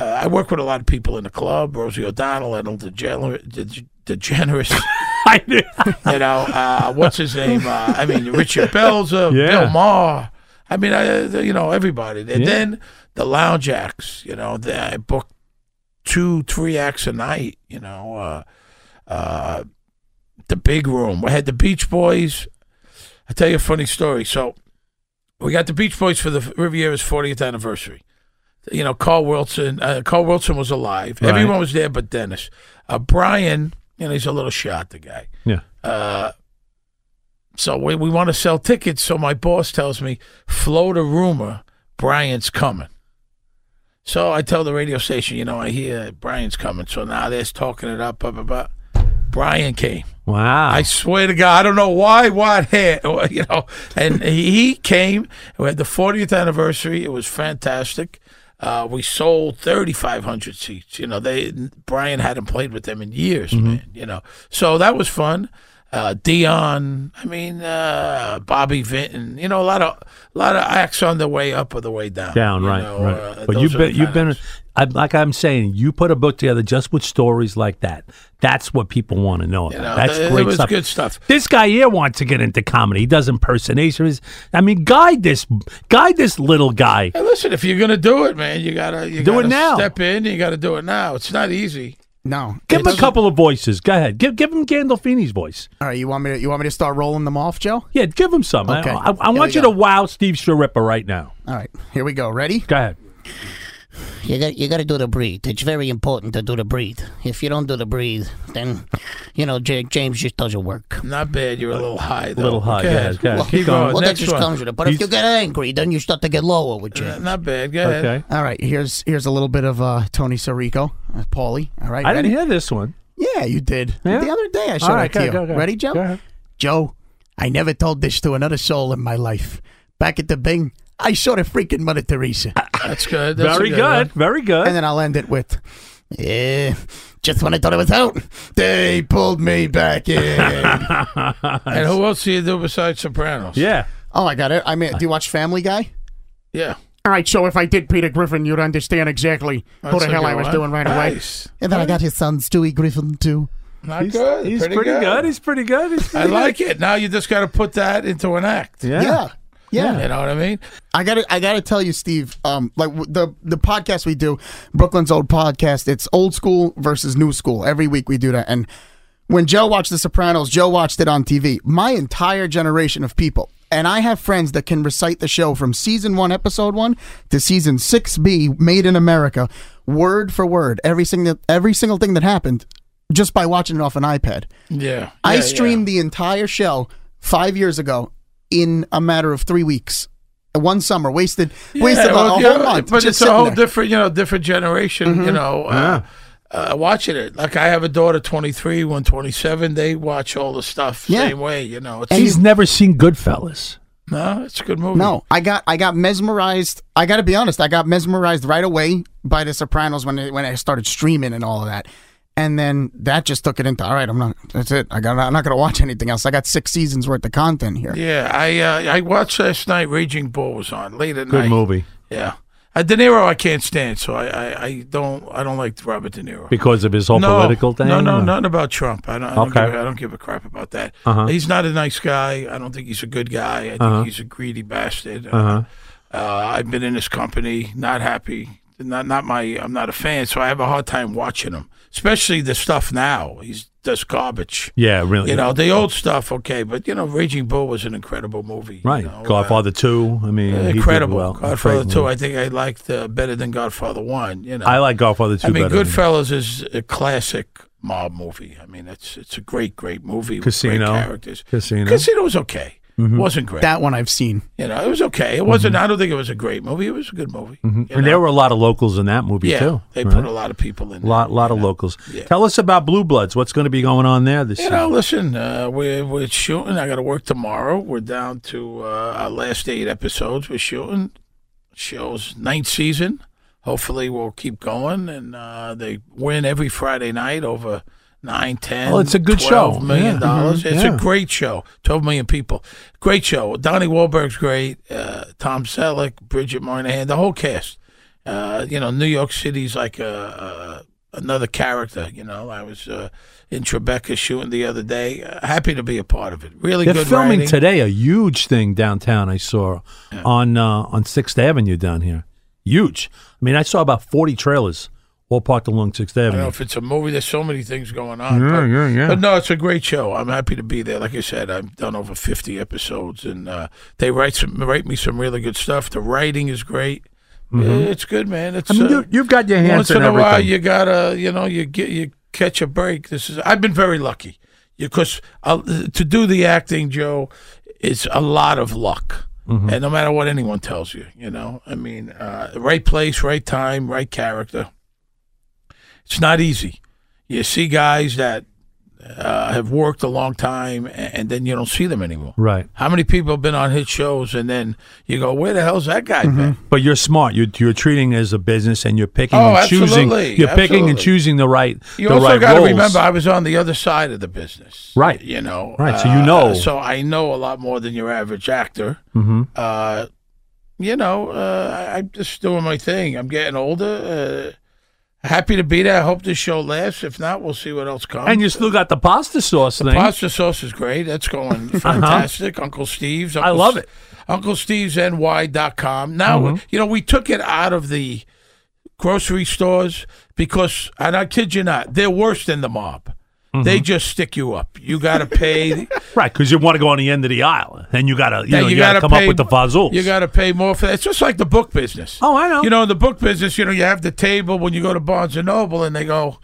Speaker 3: uh, I work with a lot of people in the club: Rosie O'Donnell, Ethel DeGener- De- DeGeneres.
Speaker 1: *laughs* I knew.
Speaker 3: *laughs* You know, uh, what's his name? Uh, I mean, Richard Belzer,
Speaker 1: *laughs* Yeah.
Speaker 3: Bill Maher. I mean, I, uh, you know, everybody. And
Speaker 1: Yeah.
Speaker 3: then the lounge acts, you know, the, I booked two, three acts a night, you know. Uh, uh, the big room. I had the Beach Boys. I tell you a funny story. So we got the Beach Boys for the Riviera's 40th anniversary. You know, Carl Wilson. Uh, Carl Wilson was alive.
Speaker 1: Right.
Speaker 3: Everyone was there, but Dennis. Uh, Brian, you know, he's a little shot. The guy.
Speaker 1: Yeah.
Speaker 3: Uh, so we we want to sell tickets. So my boss tells me, float a rumor, Brian's coming. So I tell the radio station, you know, I hear Brian's coming. So now they're talking it up, blah blah blah. Brian came.
Speaker 1: *laughs* Wow.
Speaker 3: I swear to God, I don't know why, *laughs* what, hair, or, you know. And he came. We had the 40th anniversary. It was fantastic. Uh, we sold 3,500 seats. You know, they Brian hadn't played with them in years,
Speaker 1: Mm-hmm.
Speaker 3: man. You know, so that was fun. Uh, Dion, I mean, uh, Bobby Vinton. You know, a lot of a lot of acts on the way up or the way down.
Speaker 1: down,
Speaker 3: you
Speaker 1: right,
Speaker 3: know,
Speaker 1: right.
Speaker 3: uh,
Speaker 1: but
Speaker 3: those
Speaker 1: you've
Speaker 3: are
Speaker 1: been,
Speaker 3: the
Speaker 1: you've
Speaker 3: kind
Speaker 1: been,
Speaker 3: of-
Speaker 1: I, like I'm saying, you put a book together just with stories like that. That's what people want to know about.
Speaker 3: You know,
Speaker 1: That's
Speaker 3: it-
Speaker 1: great
Speaker 3: it was
Speaker 1: stuff.
Speaker 3: good stuff.
Speaker 1: This guy here wants to get into comedy. He does impersonations. I mean, guide this, guide this little guy.
Speaker 3: Hey, listen, if you're gonna do it, man, you gotta you
Speaker 1: Do it
Speaker 3: gotta
Speaker 1: now.
Speaker 3: Step in. You gotta do it now. It's not easy.
Speaker 2: No.
Speaker 1: Give him a
Speaker 2: It's-
Speaker 1: couple of voices. Go ahead. Give give him Gandolfini's voice.
Speaker 2: All right, you want me to you want me to start rolling them off, Joe?
Speaker 1: Yeah, give him some. I-
Speaker 2: Okay.
Speaker 1: I, I,
Speaker 2: Here we
Speaker 1: want you
Speaker 2: go.
Speaker 1: to wow Steve Sharippa right now.
Speaker 2: All right, here we go. Ready?
Speaker 1: Go ahead.
Speaker 4: You got you got to do the breathe. It's very important to do the breathe. If you don't do the breathe, then you know J- James just doesn't work.
Speaker 3: Not bad. You're a little high. Though.
Speaker 1: Uh, A little high. Go
Speaker 3: Go ahead.
Speaker 1: ahead. Go ahead.
Speaker 3: Well,
Speaker 1: Keep
Speaker 3: keep
Speaker 1: going.
Speaker 3: going.
Speaker 4: Well, that
Speaker 3: Next
Speaker 4: just
Speaker 3: one.
Speaker 4: comes with it. But if
Speaker 1: He's-
Speaker 4: you get angry, then you start to get lower with
Speaker 3: Uh,
Speaker 4: James.
Speaker 3: Not bad. Go ahead.
Speaker 1: Okay.
Speaker 2: All right, here's here's a little bit of uh, Tony Sirico, uh, Paulie. All right,
Speaker 1: I
Speaker 2: ready?
Speaker 1: didn't hear this one.
Speaker 2: Yeah, you did.
Speaker 1: Yeah?
Speaker 2: The other day I showed
Speaker 1: All right,
Speaker 2: it to
Speaker 1: go,
Speaker 2: you.
Speaker 1: go, go.
Speaker 2: Ready, Joe?
Speaker 1: Go ahead.
Speaker 2: Joe, I never told this to another soul in my life. Back at the Bing, I saw the freaking Mother Teresa.
Speaker 3: That's good. That's a
Speaker 1: Very good.
Speaker 3: one.
Speaker 1: Very
Speaker 2: and
Speaker 1: good.
Speaker 2: then I'll end it with,
Speaker 4: Yeah, just when I thought it was out.
Speaker 2: they pulled me back in.
Speaker 3: And who else do you do besides Sopranos?
Speaker 1: Yeah.
Speaker 2: oh, I got it. I mean, do you watch Family Guy?
Speaker 3: Yeah.
Speaker 2: All right, so if I did Peter Griffin, you'd understand exactly
Speaker 3: That's a good one. Nice.
Speaker 2: And then I got his son, Stewie Griffin, too.
Speaker 3: Not good.
Speaker 1: He's
Speaker 3: pretty,
Speaker 1: pretty, good. He's pretty good. He's
Speaker 3: I
Speaker 1: pretty
Speaker 3: like it. Now you just got to put that into an act.
Speaker 1: good.
Speaker 2: Yeah. Yeah.
Speaker 3: You know what I mean?
Speaker 2: I got to I got to tell you Steve, um like w- the the podcast we do, Brooklyn's old podcast, it's old school versus new school. Every week we do that and when Joe watched The Sopranos, Joe watched it on TV. My entire generation of people, and I have friends that can recite the show from season one, episode one, to season six B, Made in America, word for word, every single every single thing that happened, just by watching it off an iPad.
Speaker 3: Yeah.
Speaker 2: I
Speaker 3: Yeah,
Speaker 2: streamed the entire show five years ago in a matter of three weeks. One summer wasted,
Speaker 3: Yeah.
Speaker 2: wasted
Speaker 3: well,
Speaker 2: a
Speaker 3: yeah,
Speaker 2: whole month.
Speaker 3: But
Speaker 2: just
Speaker 3: it's a
Speaker 2: sitting
Speaker 3: whole
Speaker 2: there. Mm-hmm.
Speaker 3: different, you know, different generation. You know. Uh, uh, watching it like I have a daughter, twenty three, one twenty seven. They watch all the stuff
Speaker 2: Yeah.
Speaker 3: same way, you know. It's,
Speaker 2: And-
Speaker 1: He's never seen Goodfellas.
Speaker 3: no, it's a good movie.
Speaker 2: No, I got I got mesmerized. I got to be honest. I got mesmerized right away by The Sopranos when it, when I started streaming and all of that, and then that just took it into all right. I'm not. That's it. I got. I'm not going to watch anything else. I got six seasons worth of content here.
Speaker 3: Yeah, I uh, I watched last night. Raging Bull was on late at
Speaker 1: Good
Speaker 3: night.
Speaker 1: movie.
Speaker 3: Yeah, uh, De Niro I can't stand, so I, I, I don't I don't like Robert De Niro.
Speaker 1: Because of his whole
Speaker 3: no,
Speaker 1: political thing?
Speaker 3: No, no,
Speaker 1: or-
Speaker 3: nothing about Trump. I don't. I don't,
Speaker 1: Okay.
Speaker 3: give, a- I don't give a crap about that.
Speaker 1: Uh-huh.
Speaker 3: He's not a nice guy. I don't think he's a good guy. I think
Speaker 1: Uh-huh.
Speaker 3: he's a greedy bastard.
Speaker 1: Uh-huh.
Speaker 3: Uh, I've been in his company, not happy. Not not my. I'm not a fan, so I have a hard time watching him, especially the stuff now. He's does garbage.
Speaker 1: Yeah, really.
Speaker 3: You know the old stuff, okay, but you know Raging Bull was an incredible movie. you
Speaker 1: right.
Speaker 3: know, uh,
Speaker 1: Godfather 2. I mean, he did
Speaker 3: incredible.
Speaker 1: well.
Speaker 3: Godfather
Speaker 1: Great
Speaker 3: Two,
Speaker 1: movie.
Speaker 3: I think I liked uh, better than Godfather One. You know,
Speaker 1: I like Godfather 2
Speaker 3: I mean,
Speaker 1: better. than-
Speaker 3: Goodfellas is a classic mob movie. I mean, it's it's a great, great movie.
Speaker 1: Casino.
Speaker 3: with great characters.
Speaker 1: Casino. Mm-hmm.
Speaker 3: Casino was okay. wasn't great.
Speaker 2: That one I've seen.
Speaker 3: you know, it was okay. It wasn't. I don't think it was a great movie. It was a good movie. you
Speaker 1: Mm-hmm. and
Speaker 3: know?
Speaker 1: there were a lot of locals in that movie,
Speaker 3: yeah,
Speaker 1: too.
Speaker 3: they
Speaker 1: right?
Speaker 3: put a lot of people in.
Speaker 1: lot, lot of locals. Tell us about Blue Bloods. What's going to be going on there this
Speaker 3: You
Speaker 1: year?
Speaker 3: know, listen, uh, we're, we're shooting. I got to work tomorrow. We're down to uh, our last eight episodes. We're shooting. Show's ninth season. Hopefully, we'll keep going. And uh, they win every Friday night over nine, ten.
Speaker 1: Well, Oh, it's a good show.
Speaker 3: $12 million
Speaker 1: Yeah.
Speaker 3: dollars.
Speaker 1: Mhm.
Speaker 3: It's
Speaker 1: Yeah.
Speaker 3: a great show. 12 million people. Great show. Donnie Wahlberg's great. Uh, Tom Selleck, Bridget Moynihan, the whole cast. Uh, you know, New York City's like a, a another character. You know, I was uh, in Tribeca shooting the other day. Uh, happy to be a part of it. Really
Speaker 1: They're
Speaker 3: good
Speaker 1: filming
Speaker 3: writing.
Speaker 1: today a huge thing downtown. I saw on uh, on Sixth Avenue down here. Huge. I mean, I saw about forty trailers All parked along Sixth
Speaker 3: I don't know
Speaker 1: Avenue.
Speaker 3: if it's a movie. There's so many things going on.
Speaker 1: Yeah,
Speaker 3: but,
Speaker 1: yeah, yeah.
Speaker 3: But no, it's a great show. I'm happy to be there. Like I said, I've done over 50 episodes, and uh, they write some write me some really good stuff. The writing is great. Yeah, it's good, man. It's
Speaker 1: Mm-hmm. I mean,
Speaker 3: uh,
Speaker 1: you, you've got your hands
Speaker 3: once in
Speaker 1: in
Speaker 3: a while
Speaker 1: everything.
Speaker 3: you gotta, you know, you get you catch a break. This is I've been very lucky because to do the acting, Joe, it's a lot of luck.
Speaker 1: Mm-hmm.
Speaker 3: And no matter what anyone tells you, you know, I mean, uh, right place, right time, right character. It's not easy. You see guys that uh, have worked a long time, a- and then you don't see them anymore.
Speaker 1: Right,
Speaker 3: How many people have been on his shows, and then you go, "Where the hell's that guy been?"
Speaker 1: but you're smart. You're, you're treating it as a business, and you're picking
Speaker 3: Oh,
Speaker 1: and choosing.
Speaker 3: absolutely,
Speaker 1: You're picking and
Speaker 3: absolutely.
Speaker 1: choosing the right.
Speaker 3: You
Speaker 1: the
Speaker 3: also
Speaker 1: right
Speaker 3: got to
Speaker 1: roles.
Speaker 3: remember, I was on the other side of the business.
Speaker 1: Right.
Speaker 3: You know. Uh,
Speaker 1: Right, so you know. Mm-hmm.
Speaker 3: So I know a lot more than your average actor. Uh, you know, uh, I- I'm just doing my thing. I'm getting older. Uh, happy to be there. I hope this show lasts. If not, we'll see what else comes.
Speaker 1: and you still got the pasta sauce thing. Uh-huh.
Speaker 3: Pasta sauce is great. That's
Speaker 1: *laughs*
Speaker 3: going fantastic. Uncle Steve's. Uncle
Speaker 1: love it. Mm-hmm.
Speaker 3: Uncle Steve's NY.com. Now, you know, we took it out of the grocery stores because, and I kid you not, they're worse than the mob.
Speaker 1: Mm-hmm.
Speaker 3: They just stick you up. You got
Speaker 1: *laughs*
Speaker 3: to pay.
Speaker 1: Right, because you want to go on the end of the aisle, and you gotta, you
Speaker 3: Yeah,
Speaker 1: know, you,
Speaker 3: you
Speaker 1: gotta,
Speaker 3: gotta
Speaker 1: come
Speaker 3: pay-
Speaker 1: up with the fazools.
Speaker 3: You got to pay more for that. It's just like the book business.
Speaker 1: Oh, I know.
Speaker 3: You know, in the book business, you know, you have the table when you go to Barnes and Noble, and they go,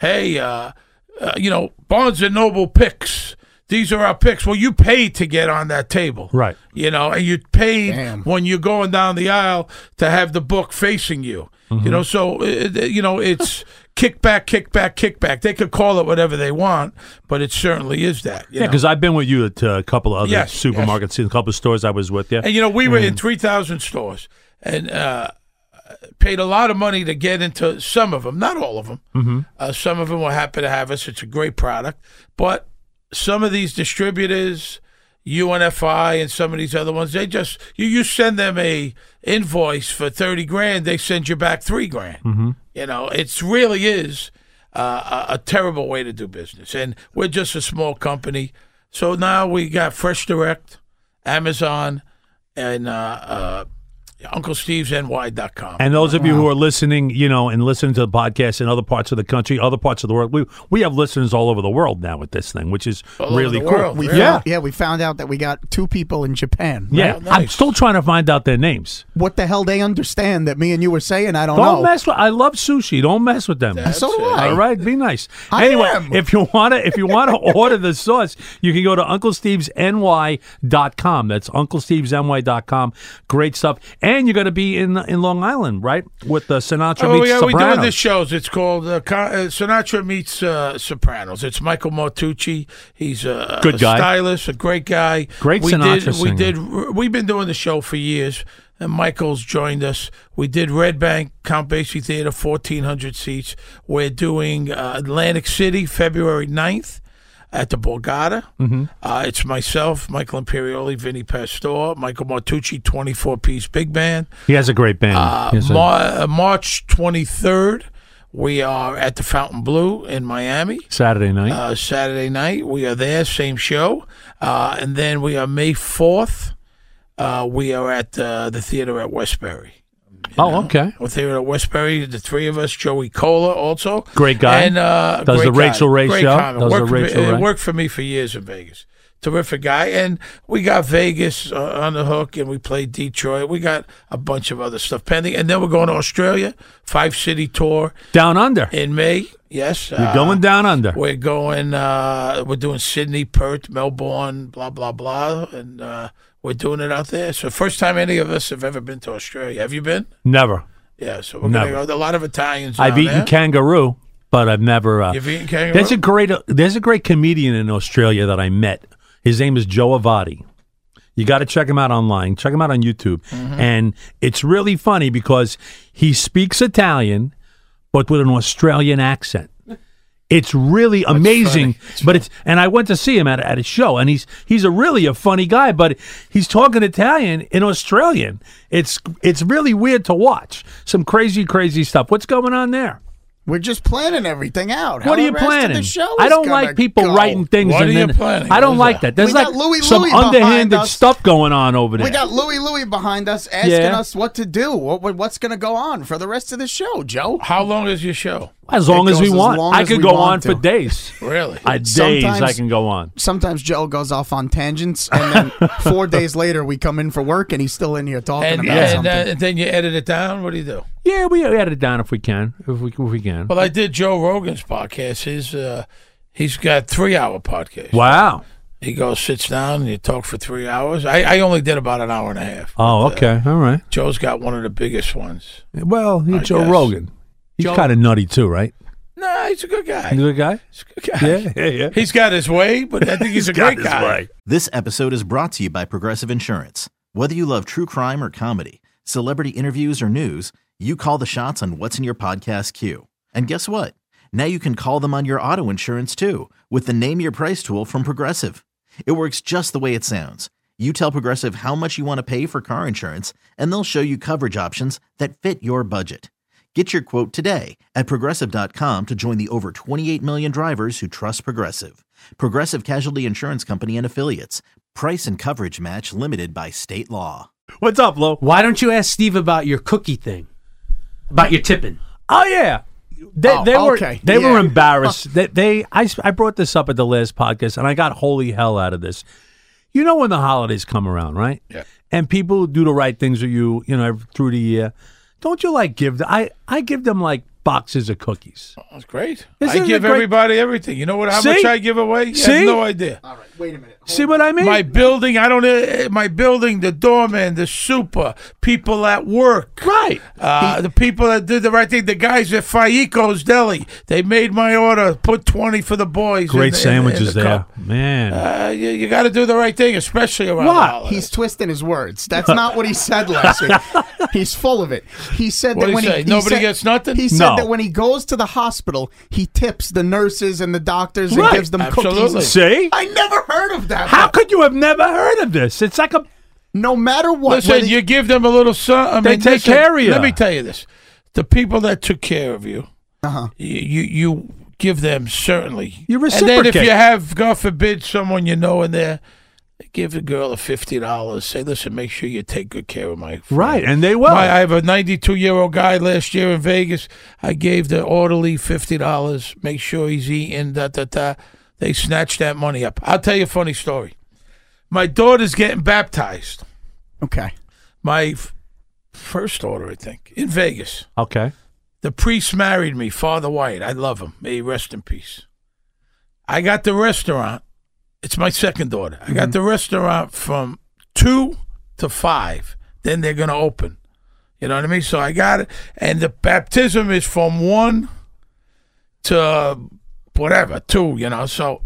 Speaker 3: "Hey, uh, uh, you know, Barnes and Noble picks. These are our picks. Well, you paid to get on that table,
Speaker 1: Right.
Speaker 3: You know, and you paid
Speaker 2: Damn.
Speaker 3: when you're going down the aisle to have the book facing you.
Speaker 1: Mm-hmm.
Speaker 3: You know, so uh, uh, you know it's *laughs* kickback, kickback, kickback. They could call it whatever they want, but it certainly is that. You
Speaker 1: yeah,
Speaker 3: know?
Speaker 1: because I've been with you at uh, a couple of other
Speaker 3: Yes, yes.
Speaker 1: supermarkets, a couple of stores I was with. Yeah,
Speaker 3: And you know, we were in three thousand stores and uh, paid a lot of money to get into some of them, not all of them. Mm-hmm. Uh, some of them were happy to have us. It's a great product, but some of these distributors. UNFI and some of these other ones, they just you, you send them a invoice for thirty grand, they send you back three grand. You know, it's really is uh, a, a terrible way to do business, and we're just a small company. So now we got Fresh Direct, Amazon, and uh, uh, Uncle Steve's NY.com.
Speaker 1: And those of you who are listening, you know, and listening to the podcast in other parts of the country, other parts of the world, we we have listeners all over the world now with this thing, which is
Speaker 3: All over
Speaker 1: really
Speaker 3: the
Speaker 1: cool.
Speaker 3: world,
Speaker 1: We-
Speaker 3: really?
Speaker 1: Yeah.
Speaker 2: yeah, we found out that we got two people in Japan.
Speaker 1: Yeah,
Speaker 3: Wow,
Speaker 1: I'm
Speaker 3: nice.
Speaker 1: still trying to find out their names.
Speaker 2: What the hell they understand that me and you were saying? I don't,
Speaker 1: Don't
Speaker 2: know.
Speaker 1: mess with. I love sushi. Don't mess with them.
Speaker 3: That's
Speaker 2: So do
Speaker 3: it.
Speaker 2: I.
Speaker 1: All right, be nice.
Speaker 2: I
Speaker 1: anyway,
Speaker 2: am.
Speaker 1: if you wanna if you
Speaker 3: *laughs*
Speaker 1: wanna order the sauce, you can go to unclestevesny.com. That's unclestevesny.com. Great stuff. And you're gonna be in in Long Island, right? With the Sinatra
Speaker 3: Oh
Speaker 1: meets
Speaker 3: yeah, we
Speaker 1: Sopranos.
Speaker 3: doing this shows. It's called uh, Con- uh, Sinatra meets uh, Sopranos. It's Michael Martucci. He's a
Speaker 1: Good
Speaker 3: a
Speaker 1: guy.
Speaker 3: stylist, a great guy.
Speaker 1: Great
Speaker 3: we
Speaker 1: Sinatra
Speaker 3: Did, we
Speaker 1: singer.
Speaker 3: did. We've been doing the show for years, and Michael's joined us. We did Red Bank Count Basie Theater, fourteen hundred seats. We're doing uh, Atlantic City, February 9th. At the Borgata,
Speaker 1: Mm-hmm.
Speaker 3: uh, it's myself, Michael Imperioli, Vinny Pastore, Michael Martucci, twenty-four piece big band.
Speaker 1: He has a great band. He has a-
Speaker 3: Mar- uh, March 23rd, we are at the Fountain Blue in Miami.
Speaker 1: Saturday night.
Speaker 3: Uh, Saturday night, we are there, same show. Uh, and then we are May 4th, uh, we are at uh, the theater at Westbury.
Speaker 1: oh, okay.
Speaker 3: We're there at Westbury, the three of us, Joey Cola also.
Speaker 1: Great guy.
Speaker 3: And, uh,
Speaker 1: Does
Speaker 3: great
Speaker 1: the Rachel
Speaker 3: guy.
Speaker 1: Ray
Speaker 3: Great
Speaker 1: show.
Speaker 3: comic.
Speaker 1: Does the
Speaker 3: worked, for me-
Speaker 1: Rachel
Speaker 3: it
Speaker 1: Ray.
Speaker 3: worked for me for years in Vegas. Terrific guy. And we got Vegas uh, on the hook and we played Detroit. We got a bunch of other stuff pending. And then we're going to Australia, five city tour
Speaker 1: Down under.
Speaker 3: in May. Yes. uh,
Speaker 1: You're going down under.
Speaker 3: We're going. Uh, we're doing Sydney, Perth, Melbourne, blah blah blah, and uh, we're doing it out there. So first time any of us have ever been to Australia. Have you been?
Speaker 1: Never.
Speaker 3: Yeah, so we're gonna
Speaker 1: Never.
Speaker 3: go. A lot of Italians.
Speaker 1: I've
Speaker 3: down
Speaker 1: eaten
Speaker 3: there.
Speaker 1: kangaroo, but I've never. Uh,
Speaker 3: You've eaten kangaroo?
Speaker 1: There's a great. Uh, there's a great comedian in Australia that I met. His name is Joe Avati. You got to check him out online. Check him out on YouTube, and it's really funny because he speaks Italian, but with an Australian accent. It's really amazing, but it's and I went to see him at, at a show, and he's he's a really a funny guy, but he's talking Italian in Australian. It's it's really weird to watch some crazy crazy stuff. What's going on there?
Speaker 2: We're just planning everything out.
Speaker 1: What
Speaker 2: How
Speaker 1: are you
Speaker 2: the rest of the
Speaker 1: planning?
Speaker 2: show
Speaker 1: I
Speaker 2: is
Speaker 1: don't
Speaker 2: gonna
Speaker 1: like people
Speaker 2: go.
Speaker 1: writing things.
Speaker 3: What
Speaker 1: and
Speaker 3: are you
Speaker 1: then-
Speaker 3: planning?
Speaker 1: I don't
Speaker 3: What is
Speaker 1: like that.
Speaker 3: that?
Speaker 1: There's
Speaker 2: We
Speaker 1: like
Speaker 2: got Louis
Speaker 1: some
Speaker 2: Louis behind
Speaker 1: underhanded
Speaker 2: us.
Speaker 1: stuff going on over there.
Speaker 2: We got Louie Louie behind us asking
Speaker 1: Yeah.
Speaker 2: us what to do. What, what what's going to go on for the rest of the show, Joe?
Speaker 3: How long is your show?
Speaker 1: as long
Speaker 2: It
Speaker 1: as we
Speaker 2: goes as
Speaker 1: want.
Speaker 2: long
Speaker 1: I
Speaker 2: as
Speaker 1: could
Speaker 2: we
Speaker 1: go on
Speaker 2: want
Speaker 1: for
Speaker 2: to.
Speaker 1: days.
Speaker 3: Really?
Speaker 2: *laughs*
Speaker 1: I, days
Speaker 2: Sometimes-
Speaker 1: I can go on.
Speaker 2: Sometimes Joe goes off on tangents, and
Speaker 1: *laughs*
Speaker 2: then four days later we come in for work, and he's still in here talking
Speaker 3: and,
Speaker 2: about
Speaker 3: yeah, and, uh,
Speaker 2: something.
Speaker 3: then, and then you edit it down. What do you do?
Speaker 1: Yeah, we edit it down if we can. If we, if we can.
Speaker 3: Well, I did Joe Rogan's podcast. His uh, he's got three hour podcast.
Speaker 1: Wow.
Speaker 3: He goes sits down and you talk for three hours. I, I only did about an hour and a half.
Speaker 2: uh,
Speaker 3: uh,
Speaker 1: Oh, okay. All right.
Speaker 3: Joe's got one of the biggest ones.
Speaker 1: Well, he's Joe
Speaker 3: guess.
Speaker 1: Rogan. He's
Speaker 3: Joe-
Speaker 1: kind of nutty too, right?
Speaker 3: Nah, he's a good guy.
Speaker 1: He's a good
Speaker 2: *laughs*
Speaker 1: guy.
Speaker 3: He's a good guy.
Speaker 1: Yeah, yeah, yeah.
Speaker 3: He's got his way, but I think he's, a great guy.
Speaker 5: This episode is brought to you by Progressive Insurance. Whether you love true crime or comedy, celebrity interviews or news, you call the shots on what's in your podcast queue. And guess what? Now you can call them on your auto insurance too with the Name Your Price tool from Progressive. It works just the way it sounds. You tell Progressive how much you want to pay for car insurance, and they'll show you coverage options that fit your budget. Get your quote today at progressive.com to join the over 28 million drivers who trust Progressive. Progressive Casualty Insurance Company and Affiliates. Price and coverage match limited by state law.
Speaker 1: What's up, Lo?
Speaker 6: Why don't you ask Steve about your cookie thing? About your tipping.
Speaker 1: Oh yeah. They,
Speaker 2: Oh,
Speaker 1: they were
Speaker 2: okay.
Speaker 1: they were
Speaker 2: Yeah.
Speaker 1: embarrassed. they, they I s- I brought this up at the last podcast and I got holy hell out of this. You know when the holidays come around, right?
Speaker 3: Yeah.
Speaker 1: And people do the right things with you, you know, ev- through the year. Don't you like give the, I I give them like boxes of cookies.
Speaker 3: That's great.
Speaker 1: Isn't
Speaker 3: I
Speaker 1: it
Speaker 3: give
Speaker 1: great-
Speaker 3: everybody everything. You know what? How
Speaker 1: See?
Speaker 3: much I give away? You
Speaker 1: See?
Speaker 3: have no idea.
Speaker 2: Wait a minute.
Speaker 1: See what I mean?
Speaker 3: My building, I don't. eh, My building, the doorman, the super, people at work,
Speaker 1: right.
Speaker 3: uh, the people that did the right thing. The guys at Faico's Deli, they made my order. Put twenty for the boys.
Speaker 1: Great
Speaker 3: in the- in- in
Speaker 1: sandwiches
Speaker 3: the
Speaker 1: there.
Speaker 3: cup.
Speaker 1: Man.
Speaker 3: Uh, you you got to do the right thing, especially around
Speaker 1: What?
Speaker 3: the holidays.
Speaker 2: He's twisting his words. That's not what he said
Speaker 1: *laughs*
Speaker 2: last week. He's full of it. He said
Speaker 3: What'd
Speaker 2: that
Speaker 3: he
Speaker 2: when
Speaker 3: say?
Speaker 2: he, he
Speaker 3: Nobody
Speaker 2: said-
Speaker 3: gets nothing?
Speaker 2: He said
Speaker 1: No.
Speaker 2: that when he goes to the hospital, he tips the nurses and the doctors and
Speaker 1: Right.
Speaker 2: gives them
Speaker 3: Absolutely.
Speaker 2: cookies.
Speaker 1: See?
Speaker 2: I never heard of that.
Speaker 1: How could you have never heard of this? It's like a
Speaker 2: No matter what,
Speaker 3: Listen,
Speaker 2: whether-
Speaker 3: you give them a little something.
Speaker 1: They
Speaker 3: and
Speaker 1: take
Speaker 3: listen,
Speaker 1: care of you.
Speaker 3: Let me tell you this: the people that took care of you,
Speaker 2: Uh-huh.
Speaker 3: you, you, you give them certainly.
Speaker 1: You
Speaker 3: And then if
Speaker 1: reciprocate.
Speaker 3: you have, God forbid, someone you know in there, give the girl a fifty dollars. Say, listen, make sure you take good care of my friend."
Speaker 1: right, and they will.
Speaker 3: My- I have a 92 year old guy last year in Vegas. I gave the orderly $50. Make sure he's eating. Da, da, da. They snatched that money up. I'll tell you a funny story. My daughter's getting baptized.
Speaker 2: okay.
Speaker 3: My f- first daughter, I think, in Vegas.
Speaker 1: okay.
Speaker 3: The priest married me, Father White. I love him. May he rest in peace. I got the restaurant. It's my second daughter. I got the restaurant from two to five. Then they're going to open. You know what I mean? So I got it. And the baptism is from one to whatever, two, you know. So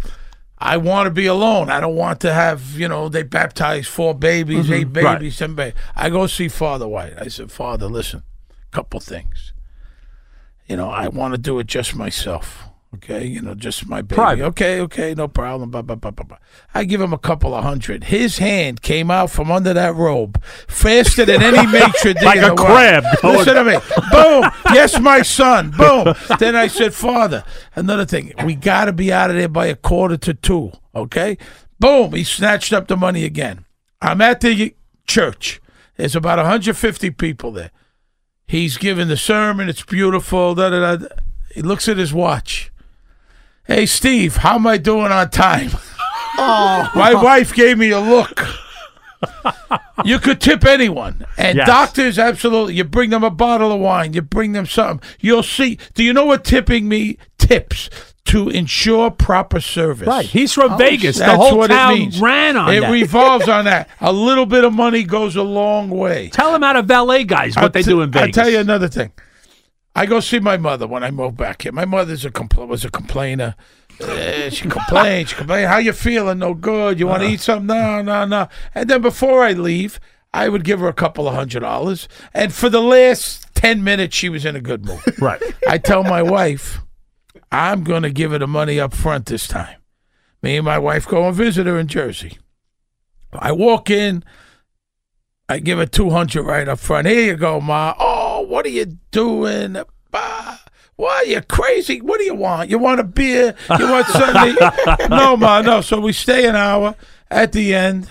Speaker 3: I want to be alone. I don't want to have, you know, they baptize four babies, eight
Speaker 1: Right.
Speaker 3: babies, ten babies. I go see Father White. I said, Father, listen, couple things. You know, I want to do it just myself. Okay, you know, just my baby.
Speaker 1: Private.
Speaker 3: Okay, okay, no problem. Blah, blah, blah, blah, blah. I give him a couple of hundred. His hand came out from under that robe faster
Speaker 1: *laughs*
Speaker 3: than any matron did.
Speaker 1: Like
Speaker 3: in
Speaker 1: a
Speaker 3: the world.
Speaker 1: crab going-
Speaker 3: Listen
Speaker 1: *laughs*
Speaker 3: to me. Boom. Yes, my son. Boom. Then I said, Father, another thing. We got to be out of there by a quarter to two. Okay? Boom. He snatched up the money again. I'm at the church. There's about 150 people there. He's giving the sermon. It's beautiful. Da, da, da. He looks at his watch. Hey, Steve, how am I doing on time? My wife gave me a look. You could tip anyone. And
Speaker 1: Yes.
Speaker 3: doctors, absolutely. You bring them a bottle of wine, you bring them something. You'll see. Do you know what tipping me tips? To ensure proper service.
Speaker 1: Right. Oh, He's from Vegas. The
Speaker 3: That's
Speaker 1: whole
Speaker 3: what it
Speaker 1: town
Speaker 3: means.
Speaker 1: ran on
Speaker 3: it
Speaker 1: that.
Speaker 3: revolves on that. A little bit of money goes a long way.
Speaker 1: Tell them how to valet guys what
Speaker 3: I'll
Speaker 1: they
Speaker 3: t-
Speaker 1: do in Vegas.
Speaker 3: I'll tell you another thing. I go see my mother when I moved back here. My mother's a compl- was a complainer. Eh, she complained. She complained. How you feeling? No good. You want
Speaker 1: Uh-huh.
Speaker 3: to eat something? No, no, no. And then before I leave, I would give her a couple of hundred dollars. And for the last ten minutes, she was in a good mood.
Speaker 1: *laughs*
Speaker 2: *laughs*
Speaker 1: Right.
Speaker 3: I tell my wife, I'm going to give her the money up front this time. Me and my wife go and visit her in Jersey. I walk in, I give her 200 right up front. Here you go, Ma. Oh, what are you doing? Bah. Why you crazy? What do you want? You want a beer? You want Sunday? no, ma, no. So we stay an hour. At the end,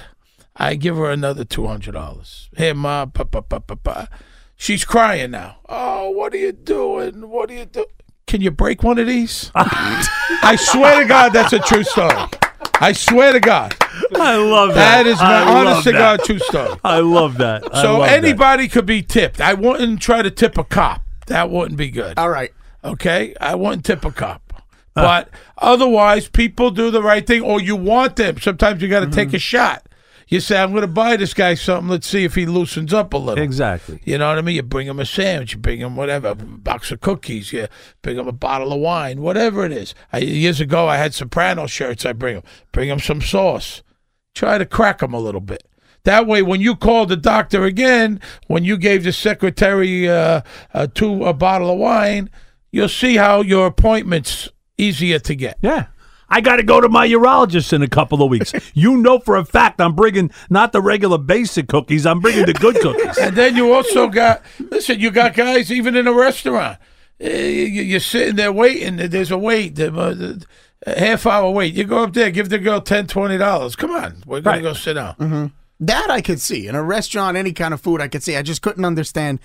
Speaker 3: I give her another two hundred dollars. Here, ma, pa pa pa pa pa. She's crying now. Oh, what are you doing? What are you doing? Can you break one
Speaker 1: *laughs*
Speaker 3: of these? I swear to God, that's a true story. I swear to God,
Speaker 1: I love that.
Speaker 3: that is my
Speaker 1: I love
Speaker 3: honest to
Speaker 1: that.
Speaker 3: God true story.
Speaker 1: I love that.
Speaker 2: *laughs*
Speaker 1: I
Speaker 3: So
Speaker 1: love that.
Speaker 3: anybody could be tipped. I wouldn't try to tip a cop. That wouldn't be good.
Speaker 2: All right.
Speaker 3: Okay, I wouldn't tip a cop. But otherwise, people do the right thing, or you want them. Sometimes you got to take a shot. You say, "I'm going to buy this guy something. Let's see if he loosens up a little."
Speaker 1: Exactly.
Speaker 3: You know what I mean? You bring him a sandwich, you bring him whatever, a box of cookies, you bring him a bottle of wine, whatever it is. I, years ago, I had Soprano shirts. I bring him, bring him some sauce. Try to crack him a little bit. That way, when you called the doctor again, when you gave the secretary uh, uh, two a bottle of wine, you'll see how your appointments easier to get.
Speaker 1: Yeah. I got to go to my urologist in a couple of
Speaker 2: *laughs*
Speaker 1: weeks. you know for a fact I'm bringing not the regular basic cookies, I'm bringing the good
Speaker 2: *laughs*
Speaker 1: cookies.
Speaker 3: And then you also got listen. You got guys even in a restaurant. eh, you- You're sitting there waiting. There's a wait, the- uh, the- a half hour wait. You go up there, give the girl ten, twenty dollars. Come on, we're gonna
Speaker 1: Right. Mm-hmm.
Speaker 3: go sit down.
Speaker 2: That I could see in a restaurant, any kind of food I could see. I just couldn't understand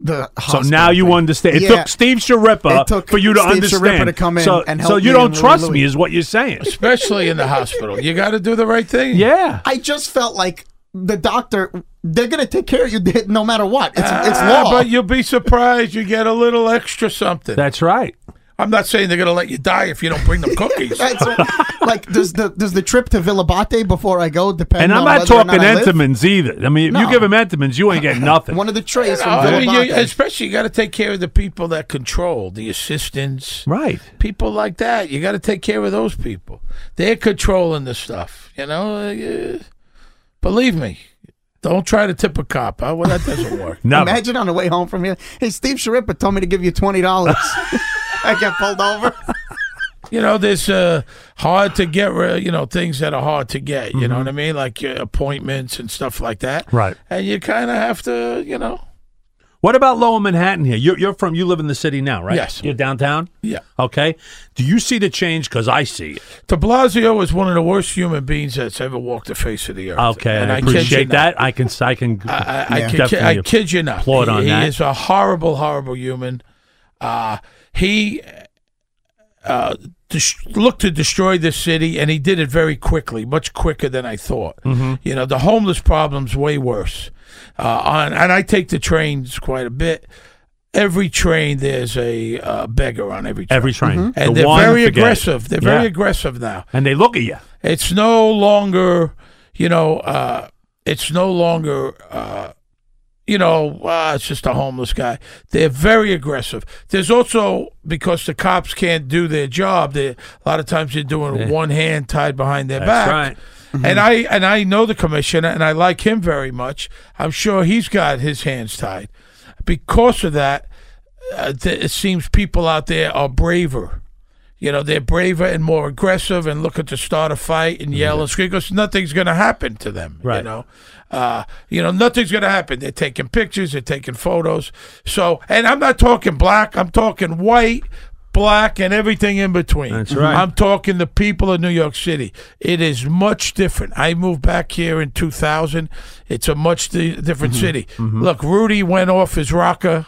Speaker 2: the.
Speaker 1: So now you understand. It
Speaker 2: Yeah.
Speaker 1: took Steve Sharippa
Speaker 2: It took
Speaker 1: for you to
Speaker 2: Steve
Speaker 1: understand.
Speaker 2: Sciarippa to come in
Speaker 1: so,
Speaker 2: and
Speaker 1: so
Speaker 2: help
Speaker 1: you
Speaker 2: me
Speaker 1: don't
Speaker 2: and Louie
Speaker 1: trust
Speaker 2: Louie.
Speaker 1: me, is what you're
Speaker 2: *laughs*
Speaker 1: saying?
Speaker 3: Especially in the hospital, you got to do the right thing.
Speaker 1: Yeah.
Speaker 2: I just felt like the doctor. They're gonna take care of you *laughs* no matter what. It's, it's
Speaker 3: Ah,
Speaker 2: law.
Speaker 3: but you'll be surprised. You get a little extra something.
Speaker 1: That's right.
Speaker 3: I'm not saying they're gonna let you die if you don't bring them cookies.
Speaker 2: *laughs* *laughs* That's what- like does the does the trip to Villabate before I go depend?
Speaker 1: And I'm
Speaker 2: on
Speaker 1: not
Speaker 2: whether or
Speaker 1: talking
Speaker 2: not I live?
Speaker 1: Entenmann's either. I mean, if you
Speaker 2: No.
Speaker 1: give him Entenmann's, you ain't
Speaker 2: *laughs*
Speaker 1: getting nothing.
Speaker 2: One of the trays from
Speaker 3: I mean,
Speaker 2: Villabate.
Speaker 3: you, especially you got to take care of the people that control the assistants.
Speaker 1: right.
Speaker 3: people like that. You got to take care of those people. They're controlling the stuff, you know. Uh, believe me, don't try to tip a cop. Huh? Well, that
Speaker 1: *laughs*
Speaker 3: doesn't work.
Speaker 1: Never.
Speaker 2: Imagine on the way home from here. Hey, Steve Sharippa told me to give you twenty
Speaker 1: *laughs*
Speaker 2: dollars. *laughs* I get pulled over.
Speaker 3: you know, there's uh, hard to get. Re- you know, things that are hard to get. You know what I mean, like your appointments and stuff like that.
Speaker 1: Mm-hmm. Right.
Speaker 3: And you kind of have to, you know.
Speaker 1: What about Lower Manhattan here? You're, you're from, you live in the city now, right?
Speaker 3: Yes.
Speaker 1: You're downtown?
Speaker 3: Yeah.
Speaker 1: Okay. Do you see the change? Because I see it.
Speaker 3: De Blasio is one of the worst human beings that's ever walked the face of the earth.
Speaker 1: Okay.
Speaker 3: And
Speaker 1: I
Speaker 3: kid you
Speaker 1: appreciate
Speaker 3: not.
Speaker 1: that. I can, I can.
Speaker 3: I, I,
Speaker 2: Yeah.
Speaker 3: kid, you- I
Speaker 1: Definitely
Speaker 3: kid you not.
Speaker 1: applaud
Speaker 3: he,
Speaker 1: on
Speaker 3: he
Speaker 1: that.
Speaker 3: is a horrible, horrible human. Uh, he uh, dis- looked to destroy this city, and he did it very quickly, much quicker than I thought.
Speaker 1: Mm-hmm.
Speaker 3: You know, the homeless problem's way worse. Uh, on, and I take the trains quite a bit. Every train, there's a uh, beggar on every train.
Speaker 1: every train.
Speaker 3: Mm-hmm. and
Speaker 1: The
Speaker 3: they're
Speaker 1: one,
Speaker 3: very
Speaker 1: forget it.
Speaker 3: aggressive. They're very
Speaker 1: Yeah.
Speaker 3: aggressive now
Speaker 1: And they look at you.
Speaker 3: it's no longer you know uh it's no longer uh you know uh, it's just a homeless guy they're very aggressive there's also because the cops can't do their job they a lot of times they're doing one hand tied behind their
Speaker 1: That's
Speaker 3: back
Speaker 1: right. Mm-hmm.
Speaker 3: and i and i know the commissioner and i like him very much i'm sure he's got his hands tied because of that uh, th- it seems people out there are braver you know, they're braver and more aggressive and looking to start a fight and yell and scream because nothing's going to happen to them. You
Speaker 1: Mm-hmm. Right.
Speaker 3: know, uh, you know, nothing's going to happen. They're taking pictures, they're taking photos. So, and I'm not talking black, I'm talking white, black, and everything in between.
Speaker 1: That's right.
Speaker 3: I'm talking the people of New York City. It is much different. I moved back here in 2000. It's a much di- different
Speaker 1: Mm-hmm.
Speaker 3: city. Look, Rudy went off his rocker.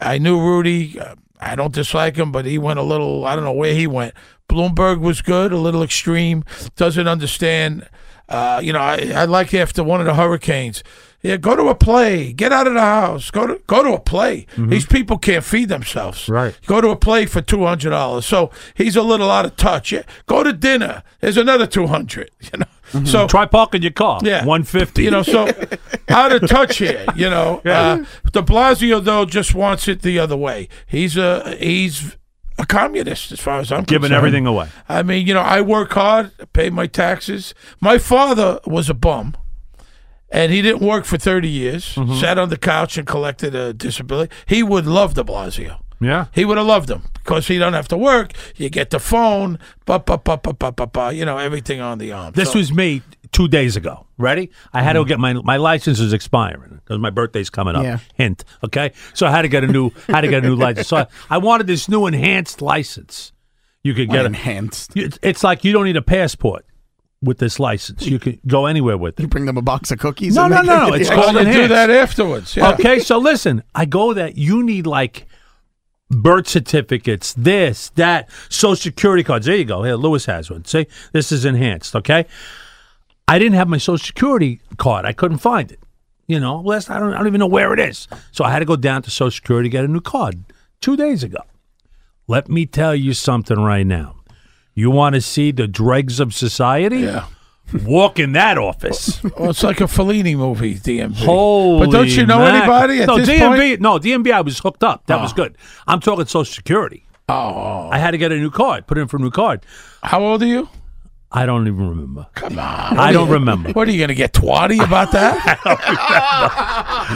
Speaker 3: I knew Rudy. Uh, I don't dislike him, but he went a little. I don't know where he went. Bloomberg was good, a little extreme. Doesn't understand. Uh, you know, I, I like after one of the hurricanes. Yeah, go to a play. Get out of the house. Go to go to a play. These people can't feed themselves.
Speaker 1: Right.
Speaker 3: Go to a play for two hundred dollars. So he's a little out of touch. Yeah. Go to dinner. There's another two hundred. *laughs* You know. So
Speaker 1: Try parking your car.
Speaker 3: Yeah.
Speaker 1: 150.
Speaker 3: you
Speaker 1: *laughs*
Speaker 3: know, so out of touch here. You know, uh, De Blasio though just wants it the other way. He's a he's a communist as far as I'm
Speaker 1: giving
Speaker 3: concerned.
Speaker 1: everything away.
Speaker 3: I mean, you know, I work hard, pay my taxes. My father was a bum, and he didn't work for thirty years.
Speaker 1: Mm-hmm.
Speaker 3: Sat on the couch and collected a disability. He would love De Blasio.
Speaker 1: Yeah.
Speaker 3: He would have loved him because he don't have to work. You get the phone, ba ba ba ba ba ba ba. You know everything on the arm.
Speaker 1: This
Speaker 3: So-
Speaker 1: was me two days ago. Ready? I had to get my my license is expiring because my birthday's coming up.
Speaker 2: Mm-hmm. Yeah.
Speaker 1: Hint. Okay. So I had to get a new had to get a new license. So I, I wanted this new enhanced license. You could get a,
Speaker 2: enhanced.
Speaker 1: you- it's- It's like you don't need a passport with this license. You can go anywhere with
Speaker 2: You
Speaker 1: it.
Speaker 2: bring them a box of cookies.
Speaker 1: No,
Speaker 2: and
Speaker 1: no,
Speaker 2: they-
Speaker 1: no, no, it's
Speaker 2: Yeah.
Speaker 1: called-
Speaker 3: Well, they do
Speaker 1: enhanced.
Speaker 3: that afterwards. Yeah.
Speaker 1: Okay, so listen, I go that you need like birth certificates, this, that, social security cards. There you go. Here, Lewis has one. See, this is enhanced. Okay, I didn't have my social security card. I couldn't find it. You know, last I don't, I don't even know where it is. So I had to go down to social security to get a new card two days ago. Let me tell you something right now. You want to see the dregs of society?
Speaker 3: Yeah.
Speaker 1: Walk in that office.
Speaker 3: Well, it's like a Fellini movie, DMV.
Speaker 1: Holy
Speaker 3: but don't you know
Speaker 1: mackerel.
Speaker 3: anybody at
Speaker 1: no,
Speaker 3: this
Speaker 1: DMV,
Speaker 3: point? Ah.
Speaker 1: No, DMV, I was hooked up. That was good. I'm talking Social Security.
Speaker 3: Oh,
Speaker 1: I had to get a new card, put in for a new card.
Speaker 3: how old are you?
Speaker 1: I don't even remember.
Speaker 3: Come on.
Speaker 1: I don't
Speaker 3: *laughs*
Speaker 1: remember.
Speaker 3: What are you going to get twatty
Speaker 1: *laughs*
Speaker 3: about that?
Speaker 1: I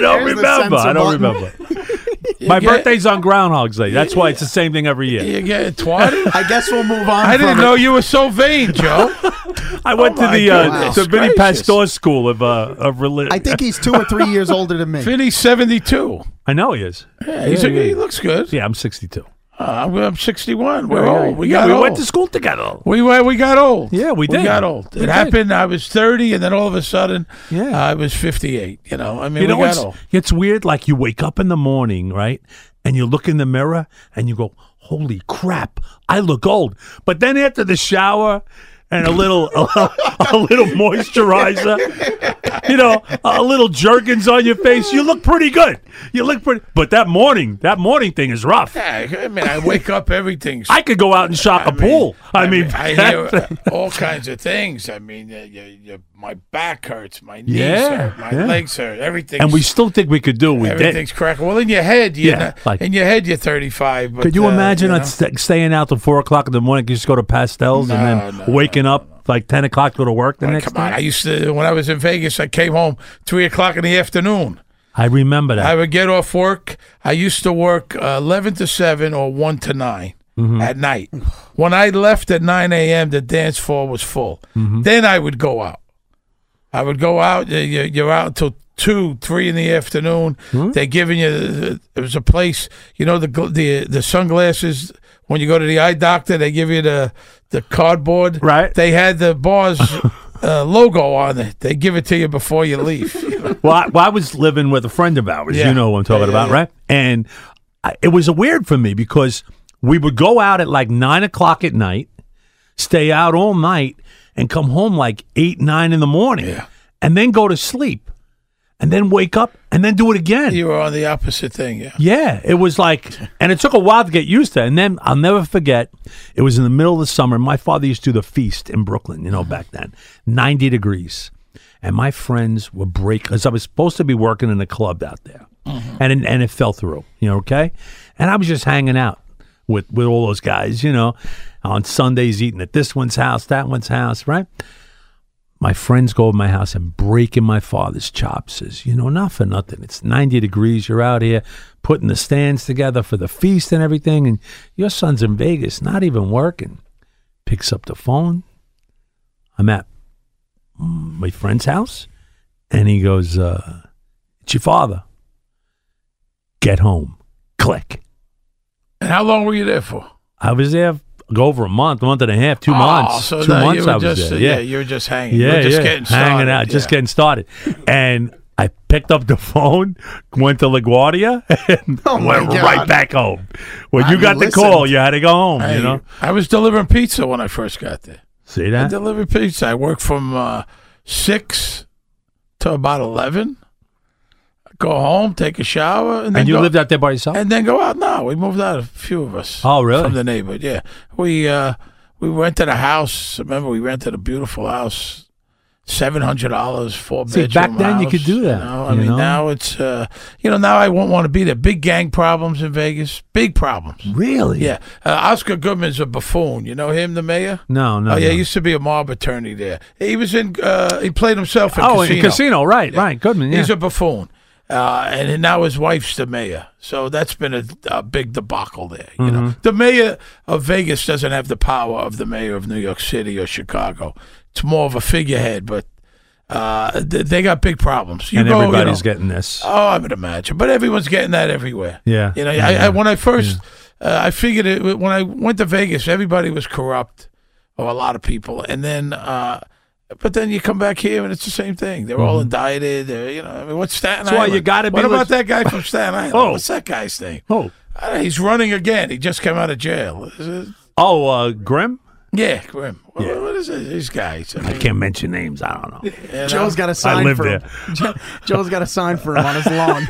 Speaker 1: don't
Speaker 2: There's the
Speaker 1: remember. I
Speaker 2: censor
Speaker 1: don't
Speaker 2: button.
Speaker 3: *laughs*
Speaker 1: remember. My
Speaker 3: get-
Speaker 1: birthday's on Groundhog's Day. That's why it's the same thing every year.
Speaker 3: you
Speaker 1: *laughs*
Speaker 3: get twatty?
Speaker 2: I guess we'll move on.
Speaker 3: I
Speaker 2: from
Speaker 3: didn't
Speaker 2: it.
Speaker 3: know you were so vain, Joe.
Speaker 1: I went
Speaker 3: Oh
Speaker 1: to
Speaker 3: my
Speaker 1: the uh,
Speaker 3: goodness
Speaker 1: the Vinny
Speaker 3: gracious.
Speaker 1: Pastor School of uh, of religion.
Speaker 2: I think he's two or three years older than me.
Speaker 3: Vinny's 72.
Speaker 1: I know he is.
Speaker 3: Yeah, he's a, He looks good.
Speaker 1: Yeah, I'm 62.
Speaker 3: Uh, I'm, I'm 61. We're
Speaker 1: Yeah,
Speaker 3: old. We
Speaker 1: yeah,
Speaker 3: got
Speaker 1: we
Speaker 3: old.
Speaker 1: went to school together.
Speaker 3: we, went, we got old.
Speaker 1: Yeah, we did.
Speaker 3: We got old.
Speaker 1: We
Speaker 3: It
Speaker 1: did.
Speaker 3: happened. I was 30, and then all of a sudden, uh,
Speaker 1: Yeah.
Speaker 3: I was 58. You know, I mean,
Speaker 1: You know,
Speaker 3: we got
Speaker 1: it's,
Speaker 3: old.
Speaker 1: it's weird. Like you wake up in the morning, right? And you look in the mirror and you go, "Holy crap, I look old." But then after the shower and a little, *laughs* a, little moisturizer, you know, a little jerkins on your face, you look pretty good. You look pretty. But that morning, that morning thing is rough.
Speaker 3: Yeah, I mean, I wake up, everything's
Speaker 1: *laughs* I could go out and shock a pool. I, mean, *laughs*
Speaker 3: I hear uh, all kinds of things. I mean, uh, you, you, my back hurts, my knees
Speaker 1: Yeah,
Speaker 3: hurt, my
Speaker 1: yeah.
Speaker 3: legs hurt, everything's
Speaker 1: and we still think we could do. what We did.
Speaker 3: everything's cracking. Well, in your head, you
Speaker 1: Yeah,
Speaker 3: know,
Speaker 1: like-
Speaker 3: in your head, you're 35. But,
Speaker 1: Could you
Speaker 3: uh,
Speaker 1: imagine
Speaker 3: you know,
Speaker 1: us st- staying out till four o'clock in the morning? You just go to pastels and
Speaker 3: No,
Speaker 1: then
Speaker 3: no,
Speaker 1: waking up like ten o'clock to go to work the
Speaker 3: like,
Speaker 1: next
Speaker 3: come on,
Speaker 1: day.
Speaker 3: I used to when I was in Vegas. I came home three o'clock in the afternoon.
Speaker 1: I remember that.
Speaker 3: I would get off work. I used to work uh, 11 to 7 or 1 to 9 at night. When I left at 9 a.m., the dance floor was full. Then I would go out. I would go out. uh, you- You're out until 2, 3 in the afternoon. They're giving you, the- it was a place, you know, the, gl- the, the sunglasses. When you go to the eye doctor, they give you the, the cardboard.
Speaker 1: Right.
Speaker 3: They had the bar's uh, logo on it. They give it to you before you leave.
Speaker 1: well, I, well, I was living with a friend of ours.
Speaker 3: Yeah.
Speaker 1: You know who I'm talking
Speaker 3: Yeah, yeah,
Speaker 1: about,
Speaker 3: yeah.
Speaker 1: right? And I, it was weird for me because we would go out at like nine o'clock at night, stay out all night, and come home like eight, nine in the morning,
Speaker 3: Yeah.
Speaker 1: and then go to sleep, and then wake up, and then do it again.
Speaker 3: you were on the opposite thing. Yeah.
Speaker 1: Yeah, it was like, and it took a while to get used to. it. And then I'll never forget, it was in the middle of the summer. My father used to do the feast in Brooklyn, you know, back then, 90 degrees. And my friends would break because I was supposed to be working in a club out there, and it, and it fell through, you know, okay. And I was just hanging out with with all those guys, you know, on Sundays eating at this one's house, that one's house, right? my friends go over my house and break in my father's chops. Says, you know, not for nothing. It's 90 degrees. You're out here putting the stands together for the feast and everything. And your son's in Vegas, not even working. Picks up the phone. I'm at my friend's house. And he goes, uh, it's your father. Get home. Click.
Speaker 3: And how long were you there for?
Speaker 1: I was there go over a month, month and a half, two
Speaker 3: Oh,
Speaker 1: months.
Speaker 3: So
Speaker 1: two
Speaker 3: now
Speaker 1: months
Speaker 3: you were
Speaker 1: I was
Speaker 3: just, uh,
Speaker 1: there.
Speaker 3: Yeah. you were just hanging. you were
Speaker 1: Yeah,
Speaker 3: just
Speaker 1: yeah.
Speaker 3: getting
Speaker 1: hanging
Speaker 3: started,
Speaker 1: out, just
Speaker 3: yeah.
Speaker 1: getting started. And I picked up the phone, went to LaGuardia, *laughs* and
Speaker 2: Oh, my
Speaker 1: went
Speaker 2: God.
Speaker 1: right back home. When
Speaker 2: I
Speaker 1: you got the
Speaker 2: listened.
Speaker 1: call, you had to go home.
Speaker 3: Hey,
Speaker 1: you know,
Speaker 3: I was delivering pizza when I first got there.
Speaker 1: see
Speaker 3: I
Speaker 1: that?
Speaker 3: delivered pizza. I worked from uh, six to about eleven. Go home, take a shower, and then
Speaker 1: And you
Speaker 3: go,
Speaker 1: lived out there by yourself.
Speaker 3: and then go out. No, we moved out. A few of us.
Speaker 1: Oh, really?
Speaker 3: From the neighborhood. Yeah, we uh, we rented a house. Remember, we rented a beautiful house. Seven hundred dollars, four
Speaker 1: See,
Speaker 3: bedroom.
Speaker 1: back then you
Speaker 3: house,
Speaker 1: could do that,
Speaker 3: know? I
Speaker 1: you
Speaker 3: mean,
Speaker 1: know?
Speaker 3: now it's uh, you know now I won't want to be there. Big gang problems in Vegas. Big problems.
Speaker 1: Really?
Speaker 3: Yeah, uh, Oscar Goodman's a buffoon. You know him, the mayor.
Speaker 1: No, no.
Speaker 3: oh yeah,
Speaker 1: no.
Speaker 3: he used to be a mob attorney there. He was in. Uh, he played himself in
Speaker 1: oh,
Speaker 3: casino.
Speaker 1: in casino, right? Right. Goodman. Yeah.
Speaker 3: He's a buffoon. Uh, and now his wife's the mayor. So that's been a, a big debacle there. You
Speaker 1: Mm-hmm.
Speaker 3: know, the mayor of Vegas doesn't have the power of the mayor of New York City or Chicago. it's more of a figurehead, but uh, th- they got big problems. You
Speaker 1: and
Speaker 3: go, you
Speaker 1: everybody's
Speaker 3: know-
Speaker 1: getting this.
Speaker 3: Oh, I would imagine, but everyone's getting that everywhere.
Speaker 1: Yeah.
Speaker 3: you know, I,
Speaker 1: Yeah.
Speaker 3: I when I first, uh, I figured it when I went to Vegas, everybody was corrupt, or a lot of people, and then, uh, but then you come back here and it's the same thing. They're all indicted. Or, you know, I mean, what's Staten
Speaker 1: Mm-hmm. That's why
Speaker 3: Island?
Speaker 1: you gotta be
Speaker 3: What
Speaker 1: like-
Speaker 3: about that guy
Speaker 1: *laughs*
Speaker 3: from Staten Island?
Speaker 1: Oh.
Speaker 3: What's that guy's name?
Speaker 1: oh,
Speaker 3: Uh, he's running again. He just came out of jail. Is it-
Speaker 1: oh, uh, Grim.
Speaker 3: Yeah, Grim. What, what is it? These
Speaker 1: *laughs*
Speaker 3: guys. I
Speaker 1: I
Speaker 3: mean,
Speaker 1: can't mention names. I don't know.
Speaker 3: you know,
Speaker 2: Joe's got a sign
Speaker 1: live
Speaker 2: for him. Jo- Joe's got a sign for him on his lawn.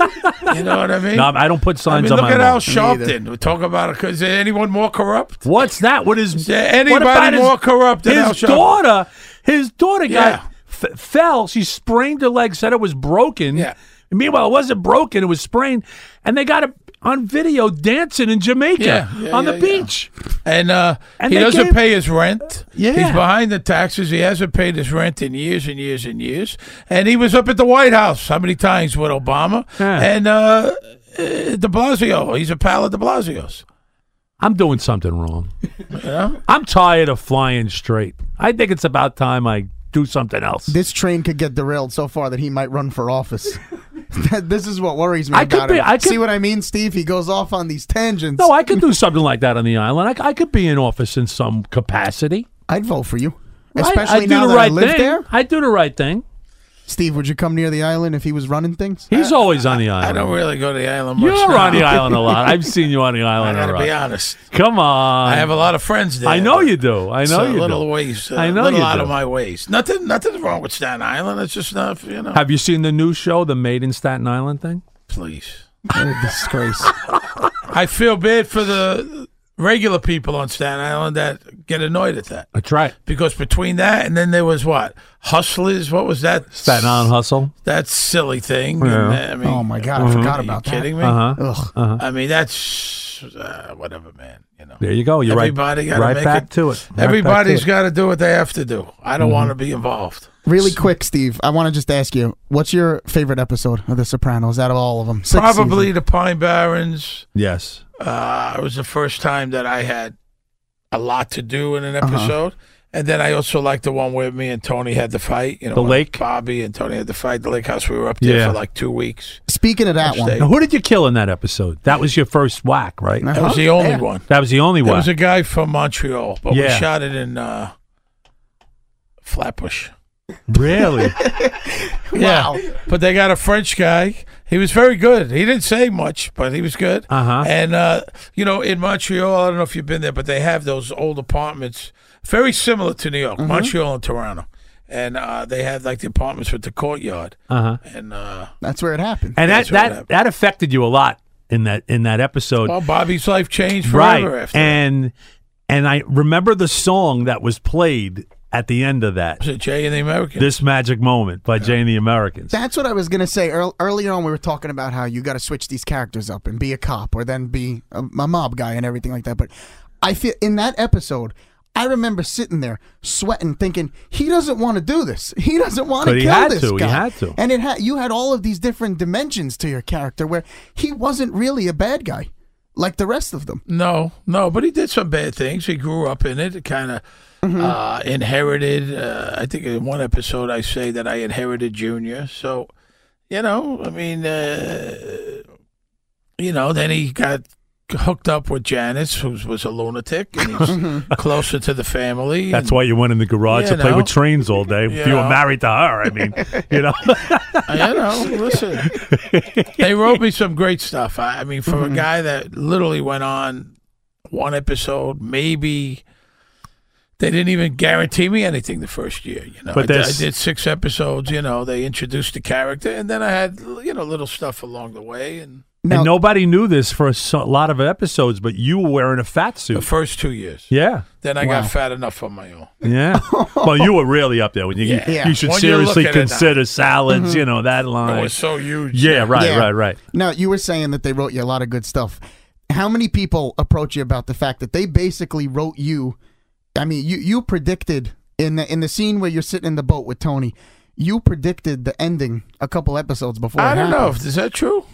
Speaker 3: you know what I mean?
Speaker 1: No, I don't put
Speaker 3: I
Speaker 1: signs
Speaker 3: mean, look
Speaker 1: on my
Speaker 3: at Al
Speaker 1: wall.
Speaker 2: Me
Speaker 3: Sharpton. We talk about it. 'cause Is there anyone more corrupt?
Speaker 1: What's that? What is,
Speaker 3: Is there
Speaker 1: what about
Speaker 3: anybody
Speaker 1: his-
Speaker 3: more corrupt than
Speaker 1: his
Speaker 3: Al Sharpton?
Speaker 1: daughter? His daughter
Speaker 3: Yeah.
Speaker 1: got f- fell. She sprained her leg. Said it was broken.
Speaker 3: Yeah.
Speaker 1: Meanwhile, it wasn't broken. It was sprained, and they got it on video dancing in Jamaica
Speaker 3: Yeah, yeah,
Speaker 1: on the
Speaker 3: yeah, yeah.
Speaker 1: beach.
Speaker 3: And, uh,
Speaker 1: And
Speaker 3: he
Speaker 1: they
Speaker 3: doesn't
Speaker 1: gave-
Speaker 3: pay his rent.
Speaker 1: Yeah.
Speaker 3: He's behind the taxes. He hasn't paid his rent in years and years and years. And he was up at the White House how many times with Obama?
Speaker 1: Yeah.
Speaker 3: And uh, uh, de Blasio. He's a pal of de Blasio's.
Speaker 1: I'm doing something wrong. I'm tired of flying straight. I think it's about time I do something else.
Speaker 2: *laughs* this train could get derailed so far that he might run for office. *laughs* this is what worries me
Speaker 1: I could
Speaker 2: about
Speaker 1: be-
Speaker 2: him.
Speaker 1: I could-
Speaker 2: See what I mean, Steve? He goes off on these tangents.
Speaker 1: no, I could do something like that on the island. I, I could be in office in some capacity.
Speaker 2: I'd vote for you.
Speaker 1: I-
Speaker 2: Especially
Speaker 1: I, do
Speaker 2: now
Speaker 1: the
Speaker 2: that
Speaker 1: right
Speaker 2: I live
Speaker 1: thing.
Speaker 2: there.
Speaker 1: I do the right thing.
Speaker 2: Steve, would you come near the island if he was running things?
Speaker 1: He's always on the
Speaker 3: I
Speaker 1: island.
Speaker 3: don't really go to the island much.
Speaker 1: You're
Speaker 3: now.
Speaker 1: on the island a lot. I've seen you on the
Speaker 3: *laughs* I
Speaker 1: island a
Speaker 3: gotta be
Speaker 1: lot.
Speaker 3: honest.
Speaker 1: Come on.
Speaker 3: I have a lot of friends there.
Speaker 1: I know
Speaker 3: but
Speaker 1: you do. I
Speaker 3: it's
Speaker 1: know
Speaker 3: a
Speaker 1: you
Speaker 3: little
Speaker 1: do.
Speaker 3: ways. uh,
Speaker 1: I know
Speaker 3: little
Speaker 1: you
Speaker 3: out
Speaker 1: do.
Speaker 3: of my ways. Nothing. Nothing's wrong with Staten Island. It's just not. You know.
Speaker 1: Have you seen the new show, the Made in Staten Island thing?
Speaker 3: please.
Speaker 2: What
Speaker 1: Oh,
Speaker 2: a disgrace.
Speaker 3: I feel bad for the regular people on Staten Island that get annoyed at that
Speaker 1: That's right.
Speaker 3: because between that and then there was what hustlers. What was that?
Speaker 1: Staten Island Hustle.
Speaker 3: That silly thing.
Speaker 1: Yeah.
Speaker 3: And, uh, I mean,
Speaker 2: oh my God, I forgot
Speaker 3: Are you
Speaker 2: about that.
Speaker 3: kidding me?
Speaker 1: Uh huh.
Speaker 2: Ugh.
Speaker 3: I mean, that's uh, whatever, man. You know.
Speaker 1: There you go. You're
Speaker 3: Everybody
Speaker 1: right.
Speaker 3: gotta
Speaker 1: Right
Speaker 3: make
Speaker 1: back
Speaker 3: it-
Speaker 1: to it. Right back to
Speaker 3: Everybody's
Speaker 1: it. Mm-hmm.
Speaker 3: got to do what they have to do. I don't want to be involved.
Speaker 2: Really quick, Steve, I want to just ask you, what's your favorite episode of The Sopranos out of all of them? Sixth
Speaker 3: Probably
Speaker 2: season.
Speaker 3: the Pine Barrens.
Speaker 1: yes.
Speaker 3: Uh, it was the first time that I had a lot to do in an
Speaker 2: Uh-huh.
Speaker 3: episode. And then I also liked the one where me and Tony had the fight. You know,
Speaker 1: The
Speaker 3: when
Speaker 1: lake?
Speaker 3: Bobby and Tony had the fight. The lake house. We were up there
Speaker 1: Yeah.
Speaker 3: for like two weeks.
Speaker 2: Speaking of that one,
Speaker 3: Upstate.
Speaker 1: Now, who did you kill in that episode? That was your first whack, right?
Speaker 2: Uh-huh.
Speaker 3: That was the only
Speaker 2: Yeah.
Speaker 3: one.
Speaker 1: That was the only
Speaker 3: There
Speaker 1: whack.
Speaker 3: was a guy from Montreal, but we
Speaker 1: Yeah.
Speaker 3: shot it in uh, Flatbush. *laughs*
Speaker 1: really?
Speaker 3: Wow. Yeah, but they got a French guy. He was very good. He didn't say much, but he was good.
Speaker 1: Uh-huh.
Speaker 3: And uh, you know, in Montreal, I don't know if you've been there, but they have those old apartments, very similar to New York, Montreal and Toronto. And uh, they have like the apartments with the courtyard.
Speaker 1: Uh huh.
Speaker 3: And uh,
Speaker 2: that's where it happened.
Speaker 1: And that
Speaker 3: That's what
Speaker 1: that
Speaker 3: happened.
Speaker 1: that affected you a lot in that in that episode.
Speaker 3: well, Bobby's life changed
Speaker 1: right
Speaker 3: forever after. that.
Speaker 1: and and i remember the song that was played at the end of that
Speaker 3: Was it Jay and the American?
Speaker 1: this magic moment by jane the americans
Speaker 2: That's what I was gonna say. Earl earlier on, we were talking about how you got to switch these characters up and be a cop, or then be a, a mob guy and everything like that. But I feel in that episode, I remember sitting there sweating, thinking he doesn't want to do this. He doesn't want
Speaker 1: But
Speaker 2: to
Speaker 1: he
Speaker 2: kill
Speaker 1: had
Speaker 2: this
Speaker 1: to. He
Speaker 2: guy.
Speaker 1: had to.
Speaker 2: And it had you had all of these different dimensions to your character where he wasn't really a bad guy, like the rest of them.
Speaker 3: No, no, but he did some bad things. He grew up in it, kind of uh, inherited. Uh, I think in one episode I say that I inherited Junior. So, you know, I mean, uh, you know, then he got hooked up with Janice, who was a lunatic, and he's closer to the family.
Speaker 1: that's
Speaker 3: and,
Speaker 1: why you went in the garage to
Speaker 3: Yeah,
Speaker 1: play
Speaker 3: no.
Speaker 1: with trains all day if you were
Speaker 3: Yeah.
Speaker 1: married to her i mean you know
Speaker 3: Uh, you know, listen, they wrote me some great stuff. I, I mean, from
Speaker 1: Mm-hmm.
Speaker 3: a guy that literally went on one episode, maybe they didn't even guarantee me anything the first year. You know,
Speaker 1: But
Speaker 3: I, did, I
Speaker 1: there's-
Speaker 3: did six episodes. You know, they introduced the character, and then I had you know little stuff along the way. And
Speaker 2: Now-
Speaker 1: and nobody knew this for a so- lot of episodes but you were wearing a fat
Speaker 3: the
Speaker 1: suit
Speaker 3: first two years,
Speaker 1: *laughs* yeah
Speaker 3: then I
Speaker 2: Wow.
Speaker 3: got fat enough on my own.
Speaker 1: yeah well you were really up there when you,
Speaker 3: Yeah.
Speaker 2: Yeah.
Speaker 1: you should
Speaker 3: When you look
Speaker 1: seriously
Speaker 3: at it now.
Speaker 1: consider salads you know that
Speaker 3: I
Speaker 1: line
Speaker 3: was so huge.
Speaker 1: yeah right
Speaker 2: Yeah.
Speaker 1: right right
Speaker 2: Now, you were saying that they wrote you a lot of good stuff. How many people approach you about the fact that they basically wrote you? I mean, you you predicted in the in the scene where you're sitting in the boat with Tony, you predicted the ending a couple episodes before.
Speaker 3: I
Speaker 2: it
Speaker 3: don't know.
Speaker 2: happened.
Speaker 3: Is that true?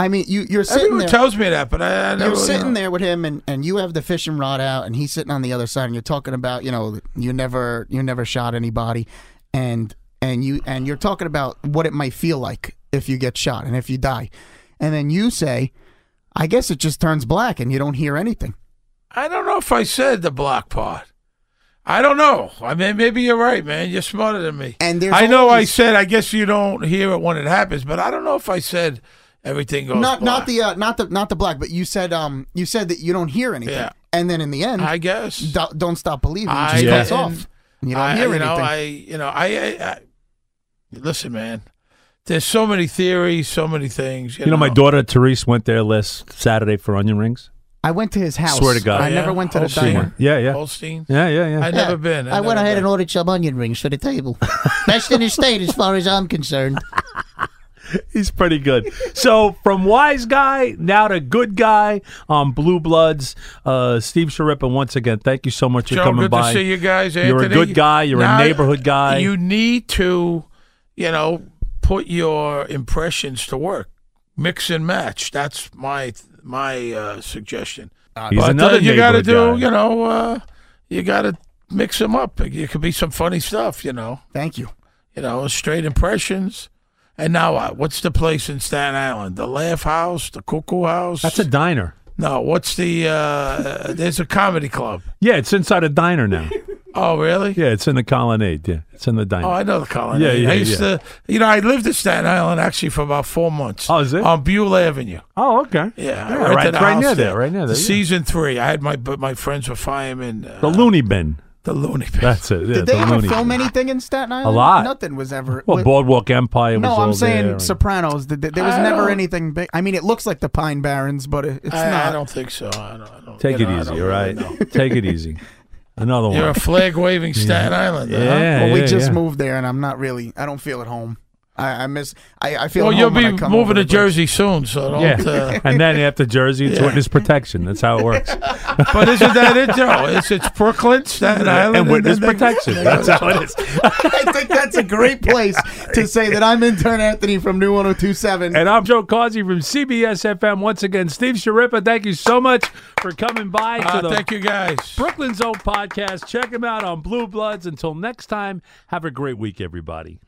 Speaker 2: I mean, you you're sitting
Speaker 3: Everyone
Speaker 2: there.
Speaker 3: tells me that, but I, I never.
Speaker 2: you're sitting
Speaker 3: you know.
Speaker 2: there with him, and, and you have the fishing rod out, and he's sitting on the other side, and you're talking about you know you never you never shot anybody, and and you and you're talking about what it might feel like if you get shot and if you die, and then you say, I guess it just turns black and you don't hear anything.
Speaker 3: I don't know if I said the block part. I don't know. I mean, maybe you're right, man. You're smarter than me.
Speaker 2: And there's
Speaker 3: I know I
Speaker 2: always-
Speaker 3: said. I guess you don't hear it when it happens, but I don't know if I said everything goes.
Speaker 2: Not
Speaker 3: black.
Speaker 2: not the uh, not the not the black, but you said um you said that you don't hear anything,
Speaker 3: Yeah.
Speaker 2: and then in the end,
Speaker 3: I guess.
Speaker 2: do, don't stop believing. It
Speaker 3: I
Speaker 2: just cuts
Speaker 3: didn't-
Speaker 2: off. You don't
Speaker 3: I,
Speaker 2: hear
Speaker 3: you know,
Speaker 2: anything.
Speaker 3: I, you know, I, I, I, listen, man. There's so many theories, so many things. You,
Speaker 1: You know, my daughter Therese went there last Saturday for onion rings.
Speaker 2: I went to his house.
Speaker 1: Swear to God.
Speaker 2: I
Speaker 1: Yeah.
Speaker 2: never went to the
Speaker 3: Holstein.
Speaker 2: diner.
Speaker 1: Yeah, yeah,
Speaker 3: Holstein.
Speaker 1: yeah, yeah, yeah.
Speaker 3: I never been.
Speaker 4: I went
Speaker 3: never
Speaker 4: ahead
Speaker 3: been.
Speaker 4: and ordered some onion rings for the table. Best in the state, as far as I'm concerned.
Speaker 1: He's pretty good. So from wise guy now to good guy on Blue Bloods, uh, Steve Sharippa. Once again, thank you so much for
Speaker 3: Joe,
Speaker 1: coming
Speaker 3: good
Speaker 1: by.
Speaker 3: to see you guys. Anthony.
Speaker 1: You're a good guy. You're
Speaker 3: Now,
Speaker 1: a neighborhood guy.
Speaker 3: You need to, you know, put your impressions to work. Mix and match. That's my my uh, suggestion.
Speaker 1: He's
Speaker 3: but
Speaker 1: another
Speaker 3: uh, you gotta
Speaker 1: neighborhood
Speaker 3: do.
Speaker 1: guy.
Speaker 3: You know, uh, you got to mix them up. It could be some funny stuff. You know,
Speaker 2: Thank you.
Speaker 3: you know, straight impressions. And now what? What's the place in Staten Island? The Laugh House, the Cuckoo House.
Speaker 1: That's a diner.
Speaker 3: no. What's the? Uh, there's a comedy club.
Speaker 1: Yeah, it's inside a diner now.
Speaker 3: Oh, really?
Speaker 1: Yeah, it's in the colonnade. Yeah, it's in the
Speaker 3: Oh,
Speaker 1: diner.
Speaker 3: I know the colony.
Speaker 1: Yeah, yeah,
Speaker 3: I used
Speaker 1: yeah.
Speaker 3: to, you know, I lived in Staten Island actually for about four months.
Speaker 1: Oh, is it?
Speaker 3: On Buell Avenue.
Speaker 1: Oh, okay.
Speaker 3: Yeah, I rented
Speaker 1: right,
Speaker 3: a
Speaker 1: right
Speaker 3: house
Speaker 1: near there. Right near there.
Speaker 3: The
Speaker 1: yeah.
Speaker 3: Season three. I had my but my friends were firemen. Uh,
Speaker 1: The loony bin.
Speaker 3: the loony bin.
Speaker 1: That's it. Yeah,
Speaker 2: Did
Speaker 1: the
Speaker 2: they ever
Speaker 1: loony
Speaker 2: film
Speaker 1: bin.
Speaker 2: anything in Staten Island?
Speaker 1: lot.
Speaker 2: Nothing was ever.
Speaker 1: Well,
Speaker 2: was-
Speaker 1: Boardwalk Empire.
Speaker 2: no,
Speaker 1: was
Speaker 2: I'm
Speaker 1: all
Speaker 2: saying
Speaker 1: there and-
Speaker 2: Sopranos. Th- th- There was
Speaker 3: I
Speaker 2: never
Speaker 3: don't-
Speaker 2: anything big. I mean, it looks like the Pine Barrens, but it- it's
Speaker 3: I,
Speaker 2: not.
Speaker 3: I don't think so. I don't. I don't
Speaker 1: Take
Speaker 3: you
Speaker 1: it
Speaker 3: know, I
Speaker 1: easy,
Speaker 3: don't
Speaker 1: all
Speaker 3: really
Speaker 1: right?
Speaker 3: know.
Speaker 1: Take it easy. Another
Speaker 3: You're a
Speaker 1: one.
Speaker 3: flag waving Staten Islander. huh?
Speaker 1: Yeah,
Speaker 2: well, we
Speaker 1: yeah,
Speaker 2: just
Speaker 1: yeah.
Speaker 2: moved there, and I'm not really. I don't feel at home. I, I miss. I, I feel.
Speaker 3: Well,
Speaker 2: at
Speaker 3: you'll
Speaker 2: home when I
Speaker 3: be
Speaker 2: come over
Speaker 3: moving to
Speaker 2: the bridge.
Speaker 3: Jersey soon, so don't.
Speaker 1: Yeah, *laughs*
Speaker 3: Uh,
Speaker 1: and then after Jersey, it's
Speaker 3: Yeah.
Speaker 1: witness protection. That's how it
Speaker 3: *laughs*
Speaker 1: works.
Speaker 3: but isn't that it, Joe? It's it's Brooklyn, Staten Island,
Speaker 1: and witness
Speaker 3: then they-
Speaker 1: protection. That's how it is.
Speaker 2: *laughs* I think that's a
Speaker 3: *laughs*
Speaker 2: great place to say that I'm intern Anthony from New 1027.
Speaker 1: And I'm Joe Causey from CBS FM. Once again, Steve Sharippa, thank you so much for coming by to
Speaker 3: Ah,
Speaker 1: the
Speaker 3: thank you guys.
Speaker 1: Brooklyn's own podcast. Check him out on Blue Bloods. Until next time, have a great week, everybody.